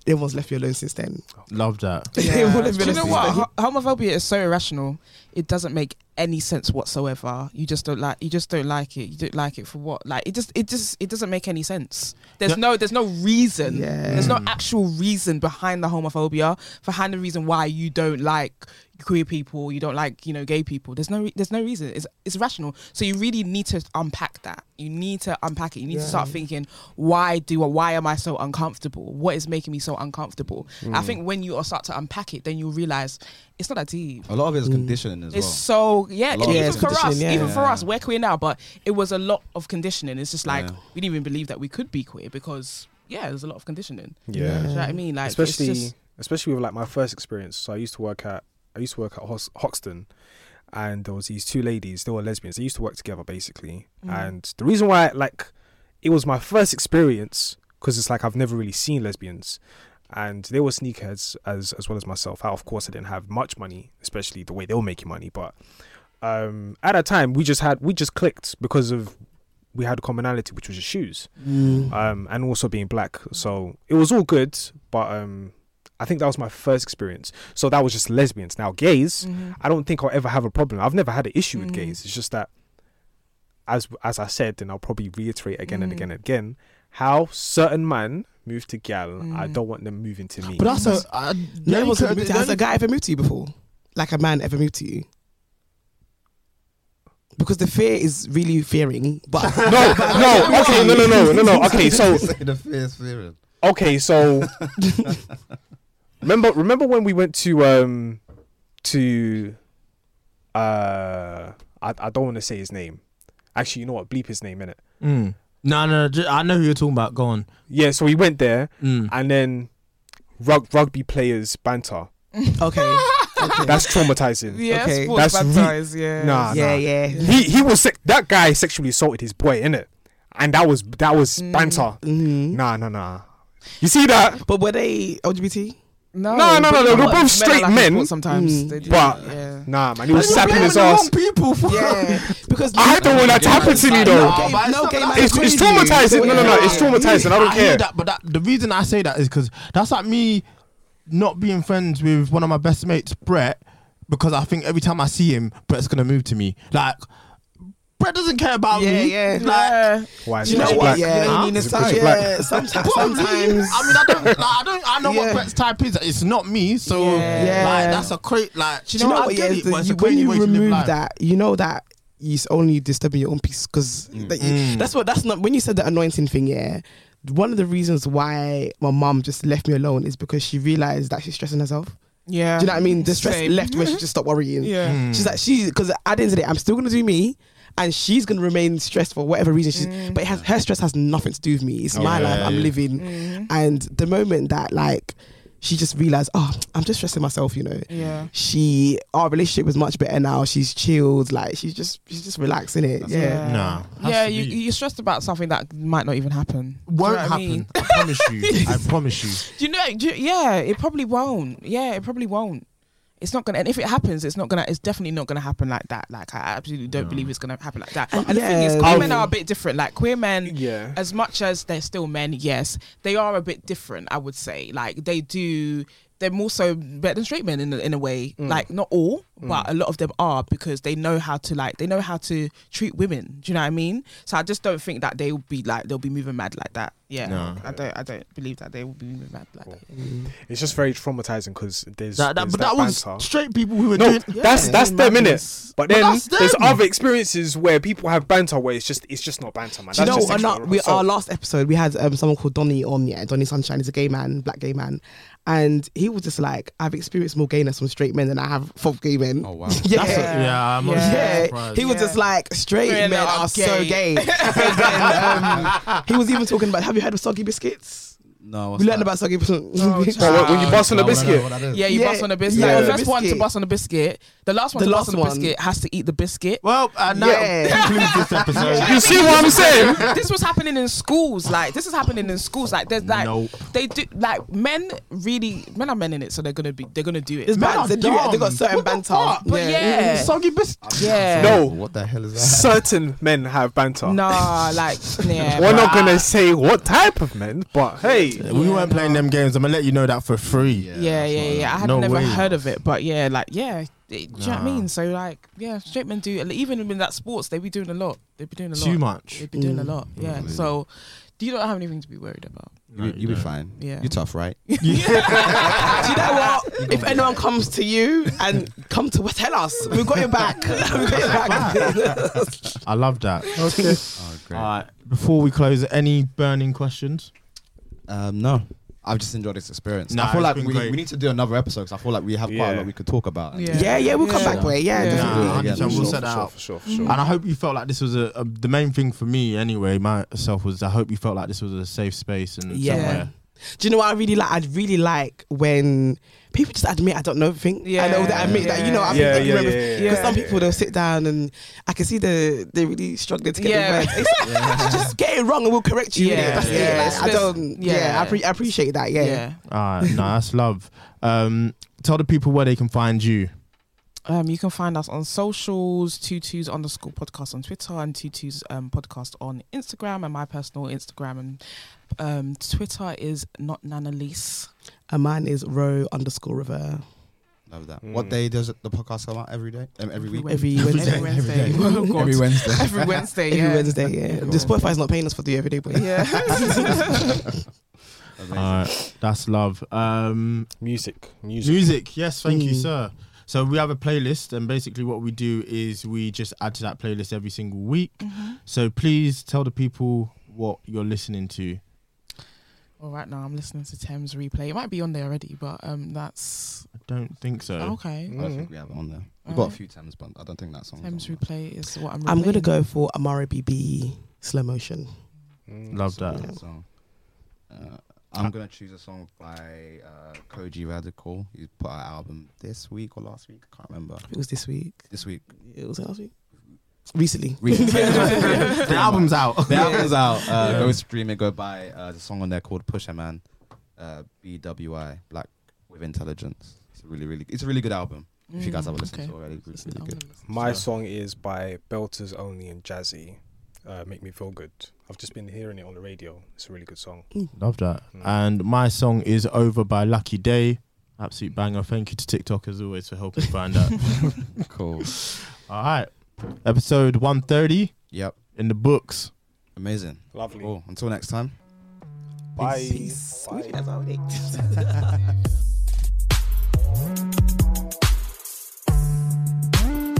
Speaker 4: everyone's left me alone since then.
Speaker 3: Love that.
Speaker 4: They wouldn't have
Speaker 6: Do
Speaker 4: been
Speaker 6: you
Speaker 4: listening.
Speaker 6: know what? Ho- Homophobia is so irrational. It doesn't make any sense whatsoever. You just don't like. You just don't like it. You don't like it for what? Like it just. It just. It doesn't make any sense. There's no. There's no reason.
Speaker 4: Yeah.
Speaker 6: There's no actual reason behind the homophobia. Behind the reason why you don't like queer people. You don't like you know gay people. There's no. Re- there's no reason. It's it's rational. So you really need to unpack that. You need to unpack it. You need to
Speaker 4: Yeah.
Speaker 6: start thinking why do or why am I so uncomfortable? What is making me so uncomfortable? I
Speaker 4: Mm.
Speaker 6: think when you start to unpack it, then you'll realize it's not that deep.
Speaker 2: A lot
Speaker 4: Mm.
Speaker 2: of it is conditioning as
Speaker 6: It's
Speaker 2: well.
Speaker 6: so yeah,
Speaker 2: A lot of
Speaker 6: even
Speaker 2: it's
Speaker 6: for us,
Speaker 4: conditioning, yeah.
Speaker 6: even for
Speaker 2: Yeah.
Speaker 6: us, we're queer now, but it was a lot of conditioning. It's just like
Speaker 2: Yeah.
Speaker 6: we didn't even believe that we could be queer because yeah, there's a lot of conditioning. Do
Speaker 5: Yeah.
Speaker 6: you know what I mean? Like it's
Speaker 5: especially
Speaker 6: just-
Speaker 5: especially with like my first experience. So I used to work at I used to work at Hos- Hoxton, and there was these two ladies. They were lesbians. They used to work together basically.
Speaker 6: Mm.
Speaker 5: And the reason why like it was my first experience because it's like I've never really seen lesbians. And they were sneakerheads as as well as myself. I, of course, I didn't have much money, especially the way they were making money. But um, at that time, we just had we just clicked because of we had a commonality, which was just shoes
Speaker 4: Mm.
Speaker 5: um, and also being black. So it was all good, but um, I think that was my first experience. So that was just lesbians. Now gays, I don't think I'll ever have a problem. I've never had an issue with gays. It's just that, as as I said, and I'll probably reiterate again and again and again, how certain man move to gal. I don't want them moving to me.
Speaker 3: But that's a. I,
Speaker 4: No
Speaker 3: yeah,
Speaker 4: one's
Speaker 3: you
Speaker 4: ever moved
Speaker 3: could-
Speaker 4: to- Has
Speaker 3: the
Speaker 4: a guy ever moved to you before? Like a man ever moved to you? Because the fear is really fearing, but
Speaker 5: no, no, okay, no, no, no, no, no. Okay, so
Speaker 1: the fierce fearing.
Speaker 5: Okay, so remember remember when we went to um to uh I, I don't want to say his name. Actually, you know what? Bleep his name in it.
Speaker 3: Mm. No, no, ju- I know who you're talking about. Go on.
Speaker 5: Yeah, so we went there
Speaker 3: Mm.
Speaker 5: and then rug, rugby players banter.
Speaker 4: okay.
Speaker 5: That's traumatizing.
Speaker 6: yeah,
Speaker 4: Okay.
Speaker 6: sports
Speaker 5: That's re-
Speaker 6: baptized, yeah.
Speaker 5: Nah,
Speaker 4: yeah,
Speaker 5: nah.
Speaker 4: yeah.
Speaker 5: He he was sex- that guy sexually assaulted his boy in it, and that was that was banter.
Speaker 4: Mhm.
Speaker 5: Nah, nah, nah. You see that?
Speaker 4: But were they LGBT?
Speaker 6: No,
Speaker 5: No, no, no,
Speaker 6: but
Speaker 5: no,
Speaker 6: you know
Speaker 5: they're
Speaker 6: what?
Speaker 5: both
Speaker 6: are
Speaker 5: straight
Speaker 6: like in
Speaker 5: men,
Speaker 6: sports Sometimes
Speaker 4: mm,
Speaker 6: they do,
Speaker 5: but-
Speaker 6: yeah.
Speaker 5: Nah, man. He was sapping his ass.
Speaker 4: people. Yeah, because
Speaker 5: I don't want that to happen to me though.
Speaker 4: No,
Speaker 3: but
Speaker 4: gay- no
Speaker 3: it's
Speaker 4: gay
Speaker 3: not-
Speaker 4: man
Speaker 5: It's,
Speaker 4: agrees
Speaker 5: it's
Speaker 4: with you.
Speaker 5: traumatizing. No, no, no. It's
Speaker 4: Yeah.
Speaker 5: traumatizing. I don't
Speaker 3: hear
Speaker 5: care.
Speaker 3: that, but that, the reason I say that is because that's like me not being friends with one of my best mates, Brett, because I think every time I see him, Brett's gonna move to me. Like Brett doesn't care about
Speaker 4: Yeah,
Speaker 3: me.
Speaker 4: yeah.
Speaker 3: Like,
Speaker 5: Why is
Speaker 4: Do you
Speaker 5: it
Speaker 4: know
Speaker 5: black?
Speaker 4: what? Yeah,
Speaker 3: Huh?
Speaker 4: you need a
Speaker 5: Is it 'cause
Speaker 4: side-
Speaker 5: you're black?
Speaker 4: yeah, sometimes.
Speaker 3: Probably.
Speaker 4: sometimes.
Speaker 3: I mean, I don't. Like, I don't. I know
Speaker 4: Yeah.
Speaker 3: what Brett's type is. It's not me. So
Speaker 6: Yeah.
Speaker 4: Yeah.
Speaker 3: like, that's a crate. Like,
Speaker 4: Do you know
Speaker 3: I
Speaker 4: what?
Speaker 3: get
Speaker 4: yeah,
Speaker 3: it, but it's
Speaker 4: you,
Speaker 3: a
Speaker 4: when
Speaker 3: crazy
Speaker 4: you
Speaker 3: way to live
Speaker 4: remove
Speaker 3: life.
Speaker 4: that, you know that it's only disturbing your own peace because
Speaker 3: Mm.
Speaker 4: that's what that's not. When you said the anointing thing, yeah, one of the reasons why my mom just left me alone is because she realized that she's stressing herself.
Speaker 6: yeah.
Speaker 4: Do you know what I mean? The stress
Speaker 6: Same.
Speaker 4: left when she just stopped worrying.
Speaker 6: Yeah.
Speaker 3: Mm.
Speaker 4: She's like, she because at the end of the day, I'm still gonna do me, and she's gonna remain stressed for whatever reason
Speaker 3: Mm.
Speaker 4: she's. Mm. But it has, her stress has nothing to do with me. It's my
Speaker 2: Yeah,
Speaker 4: life I'm
Speaker 2: yeah.
Speaker 4: living,
Speaker 3: Mm.
Speaker 6: Mm.
Speaker 4: and the moment that like she just realized, oh, I'm just stressing myself, you know.
Speaker 6: Yeah.
Speaker 4: She, our relationship was much better now. She's chilled, like she's just she's just relaxing it. Yeah.
Speaker 3: Nah, has
Speaker 6: Yeah,
Speaker 3: to
Speaker 6: you,
Speaker 3: be.
Speaker 6: you're stressed about something that might not even happen. Do you know
Speaker 3: Won't
Speaker 6: what I
Speaker 3: happen.
Speaker 6: mean?
Speaker 3: I promise you. I promise you.
Speaker 6: Do you know? Do you- yeah, it probably won't. Yeah, it probably won't. It's not gonna. And if it happens, it's not gonna. It's definitely not gonna happen like that. Like I absolutely don't believe it's gonna happen like that.
Speaker 4: And
Speaker 6: And, the thing is,
Speaker 4: yeah.
Speaker 6: queer
Speaker 4: I'll-
Speaker 6: men are a bit different. Like queer men,
Speaker 5: Yeah.
Speaker 6: as much as they're still men, yes, they are a bit different. I would say, like they do. They're more so better than straight men in a, in a way.
Speaker 4: Mm.
Speaker 6: Like not all, but a lot of them are because they know how to like they know how to treat women. Do you know what I mean? So I just don't think that they will be like they'll be moving mad like that. Yeah,
Speaker 3: No.
Speaker 6: I don't. I don't believe that they will be moving mad like that.
Speaker 5: It's just very traumatizing because there's,
Speaker 3: That, that,
Speaker 5: there's
Speaker 3: but that, was
Speaker 5: banter.
Speaker 3: straight people who were
Speaker 5: no,
Speaker 3: doing.
Speaker 5: that's
Speaker 4: Yeah.
Speaker 5: that's them in
Speaker 4: Madness.
Speaker 5: it. But
Speaker 3: But
Speaker 5: then
Speaker 3: that's
Speaker 5: there's
Speaker 3: them.
Speaker 5: other experiences where people have banter where it's just it's just not banter, man.
Speaker 4: Do you
Speaker 5: That's
Speaker 4: know,
Speaker 5: just
Speaker 4: on
Speaker 5: sexual
Speaker 4: our, we,
Speaker 5: assault.
Speaker 4: our last episode, we had um, someone called Donny on, yeah, Donny Sunshine. He's a gay man, black gay man. And he was just like, I've experienced more gayness from straight men than I have from gay men.
Speaker 2: Oh, wow.
Speaker 4: yeah.
Speaker 3: That's a- yeah, I'm not
Speaker 4: Yeah,
Speaker 3: surprised.
Speaker 4: he was
Speaker 6: Yeah.
Speaker 4: just like straight
Speaker 6: Men
Speaker 4: men
Speaker 6: are
Speaker 4: are so gay. And then, um, he was even talking about. Have you heard of soggy biscuits?
Speaker 2: No, what's
Speaker 4: We learned
Speaker 2: that?
Speaker 4: about soggy.
Speaker 6: Oh,
Speaker 4: the
Speaker 6: child.
Speaker 5: when, when you bust on
Speaker 2: No,
Speaker 5: a
Speaker 2: I don't know
Speaker 5: biscuit.
Speaker 2: what that is.
Speaker 6: Yeah, you
Speaker 4: Yeah,
Speaker 6: bust on a biscuit.
Speaker 4: yeah.
Speaker 6: The first one to
Speaker 4: Biscuit.
Speaker 6: bust on a biscuit. The last one
Speaker 4: The
Speaker 6: to bust
Speaker 4: last
Speaker 6: on a
Speaker 4: one.
Speaker 6: biscuit has to eat the biscuit.
Speaker 3: Well, uh, and that
Speaker 4: Yeah.
Speaker 3: concludes this episode.
Speaker 5: You see what I'm saying?
Speaker 6: this was happening in schools. Like this is happening in schools. Like there's like
Speaker 3: Nope.
Speaker 6: they do like men really men are men in it, so they're gonna be they're gonna do it.
Speaker 3: It's
Speaker 4: man, they, do it, they got certain banter.
Speaker 6: But yeah,
Speaker 3: soggy biscuit.
Speaker 6: yeah.
Speaker 5: No.
Speaker 1: What the hell is that?
Speaker 5: Certain men have banter.
Speaker 6: Nah, like yeah.
Speaker 5: We're not
Speaker 6: bruh.
Speaker 5: gonna say what type of men, but hey,
Speaker 3: We weren't playing them games. I'm gonna let you know that for free.
Speaker 6: Yeah, yeah, yeah. I had
Speaker 3: No
Speaker 6: never
Speaker 3: way.
Speaker 6: heard of it, but yeah, like yeah. it- do you know what I mean? So like, yeah, straight men do even in that sports they be doing a lot. They be doing a lot.
Speaker 3: Too much.
Speaker 6: They be doing a
Speaker 4: Mm.
Speaker 6: lot. Yeah.
Speaker 2: Mm.
Speaker 6: So you don't have anything to be worried about.
Speaker 3: No,
Speaker 2: You,
Speaker 3: you
Speaker 2: you'll be
Speaker 3: don't.
Speaker 2: fine.
Speaker 6: Yeah.
Speaker 2: You're tough, right?
Speaker 4: Do you know what? If anyone comes to you and come to tell us, we've got your back. we've got your back.
Speaker 3: I love that.
Speaker 4: okay.
Speaker 2: Oh,
Speaker 3: All right. Before we close, any burning questions?
Speaker 2: Um, no. I've just enjoyed this experience.
Speaker 3: Nah,
Speaker 2: I feel
Speaker 3: it's
Speaker 2: like
Speaker 3: been
Speaker 2: we,
Speaker 3: great.
Speaker 2: we need to do another episode because I feel like we have quite a
Speaker 5: Yeah.
Speaker 2: lot we could talk about.
Speaker 6: Yeah.
Speaker 4: Yeah, yeah, we'll come
Speaker 6: Yeah.
Speaker 4: back for it. Yeah,
Speaker 6: Yeah.
Speaker 4: definitely.
Speaker 3: Nah,
Speaker 2: Yeah,
Speaker 3: 100%,
Speaker 2: for
Speaker 3: we'll
Speaker 2: sure,
Speaker 3: set that out.
Speaker 5: sure, for
Speaker 3: And I hope you felt like this was a, a the main thing for me anyway, myself was I hope you felt like this was a safe space and
Speaker 4: Yeah.
Speaker 3: somewhere.
Speaker 4: Do you know what I really like? I really like when people just admit I don't know everything.
Speaker 6: Yeah.
Speaker 4: I know they admit that you know I'm
Speaker 5: Yeah, yeah,
Speaker 4: not
Speaker 5: yeah,
Speaker 4: remember.
Speaker 5: yeah,
Speaker 4: Because
Speaker 6: yeah.
Speaker 4: some people they'll sit down and I can see the they really struggling to get
Speaker 6: Yeah.
Speaker 4: the words. It's like, just get it wrong and we'll correct you.
Speaker 6: Yeah,
Speaker 4: That's
Speaker 6: yeah.
Speaker 4: it. Like, I
Speaker 6: Let's-
Speaker 4: don't. Yeah,
Speaker 6: yeah.
Speaker 4: I, pre- I appreciate that. Yeah.
Speaker 3: All right, nah, Uh, that's love. Um, tell the people where they can find you.
Speaker 6: Um, you can find us on socials, two twos underscore podcast on Twitter and two twos um, podcast on Instagram and my personal Instagram and um, Twitter is not Nana Lease.
Speaker 4: And mine is row underscore river
Speaker 2: Love that.
Speaker 5: Mm.
Speaker 2: What day does the podcast come out? Every day? Um, every week?
Speaker 4: every
Speaker 6: Every
Speaker 4: Wednesday.
Speaker 6: Wednesday.
Speaker 4: Every
Speaker 2: Every
Speaker 6: Every Wednesday.
Speaker 2: Wednesday.
Speaker 6: Every Wednesday, yeah.
Speaker 4: Wednesday. Yeah. the Spotify's not paying us for the everyday, but
Speaker 6: Yeah.
Speaker 2: Amazing.
Speaker 3: All right, Uh, that's love. Um,
Speaker 5: Music, music.
Speaker 3: music, yes, thank you,
Speaker 4: Mm.
Speaker 3: sir. So we have a playlist, and basically what we do is we just add to that playlist every single week.
Speaker 6: Mm-hmm.
Speaker 3: So please tell the people what you're listening to.
Speaker 6: All right, now I'm listening to Thames replay. It might be on there already, but um, that's
Speaker 3: I don't think so.
Speaker 4: Oh.
Speaker 6: okay.
Speaker 2: I don't think we have it on there. We've got
Speaker 6: Alright.
Speaker 2: a few times, but I don't think that song.
Speaker 6: Mm. Thames replay is what I'm.
Speaker 4: I'm gonna
Speaker 6: replaying.
Speaker 4: go for Amara BB slow motion.
Speaker 3: Love that.
Speaker 2: So, uh, I'm gonna choose a song by uh, Koji Radical. He put out an album this week or last week. I can't remember.
Speaker 4: It was this week.
Speaker 2: This week.
Speaker 4: It was last week. Recently.
Speaker 3: the album's out.
Speaker 2: The album's out. Uh, Go stream it. Go buy uh, the song on there called Pusher Man. Uh, BWI Black with Intelligence. It's a really, really, it's a really good album. If you guys
Speaker 6: Mm,
Speaker 2: haven't listened
Speaker 6: okay.
Speaker 2: to it already, it's
Speaker 6: Listen,
Speaker 2: really
Speaker 6: I'm
Speaker 2: good.
Speaker 6: gonna listen.
Speaker 5: My
Speaker 3: Yeah.
Speaker 5: song is by Belters Only and Jazzy. Uh, Make me feel good. I've just been hearing it on the radio. It's a really good song.
Speaker 3: Love that.
Speaker 5: Mm.
Speaker 3: And my song is Over by Lucky Day. Absolute banger. Thank you to TikTok as always for helping find that.
Speaker 2: Cool.
Speaker 3: All right. Episode 130
Speaker 2: Yep.
Speaker 3: in the books.
Speaker 2: Amazing.
Speaker 5: Lovely.
Speaker 2: Cool. Until next time.
Speaker 5: Bye.
Speaker 4: Peace.
Speaker 5: Bye.
Speaker 4: That's all it is.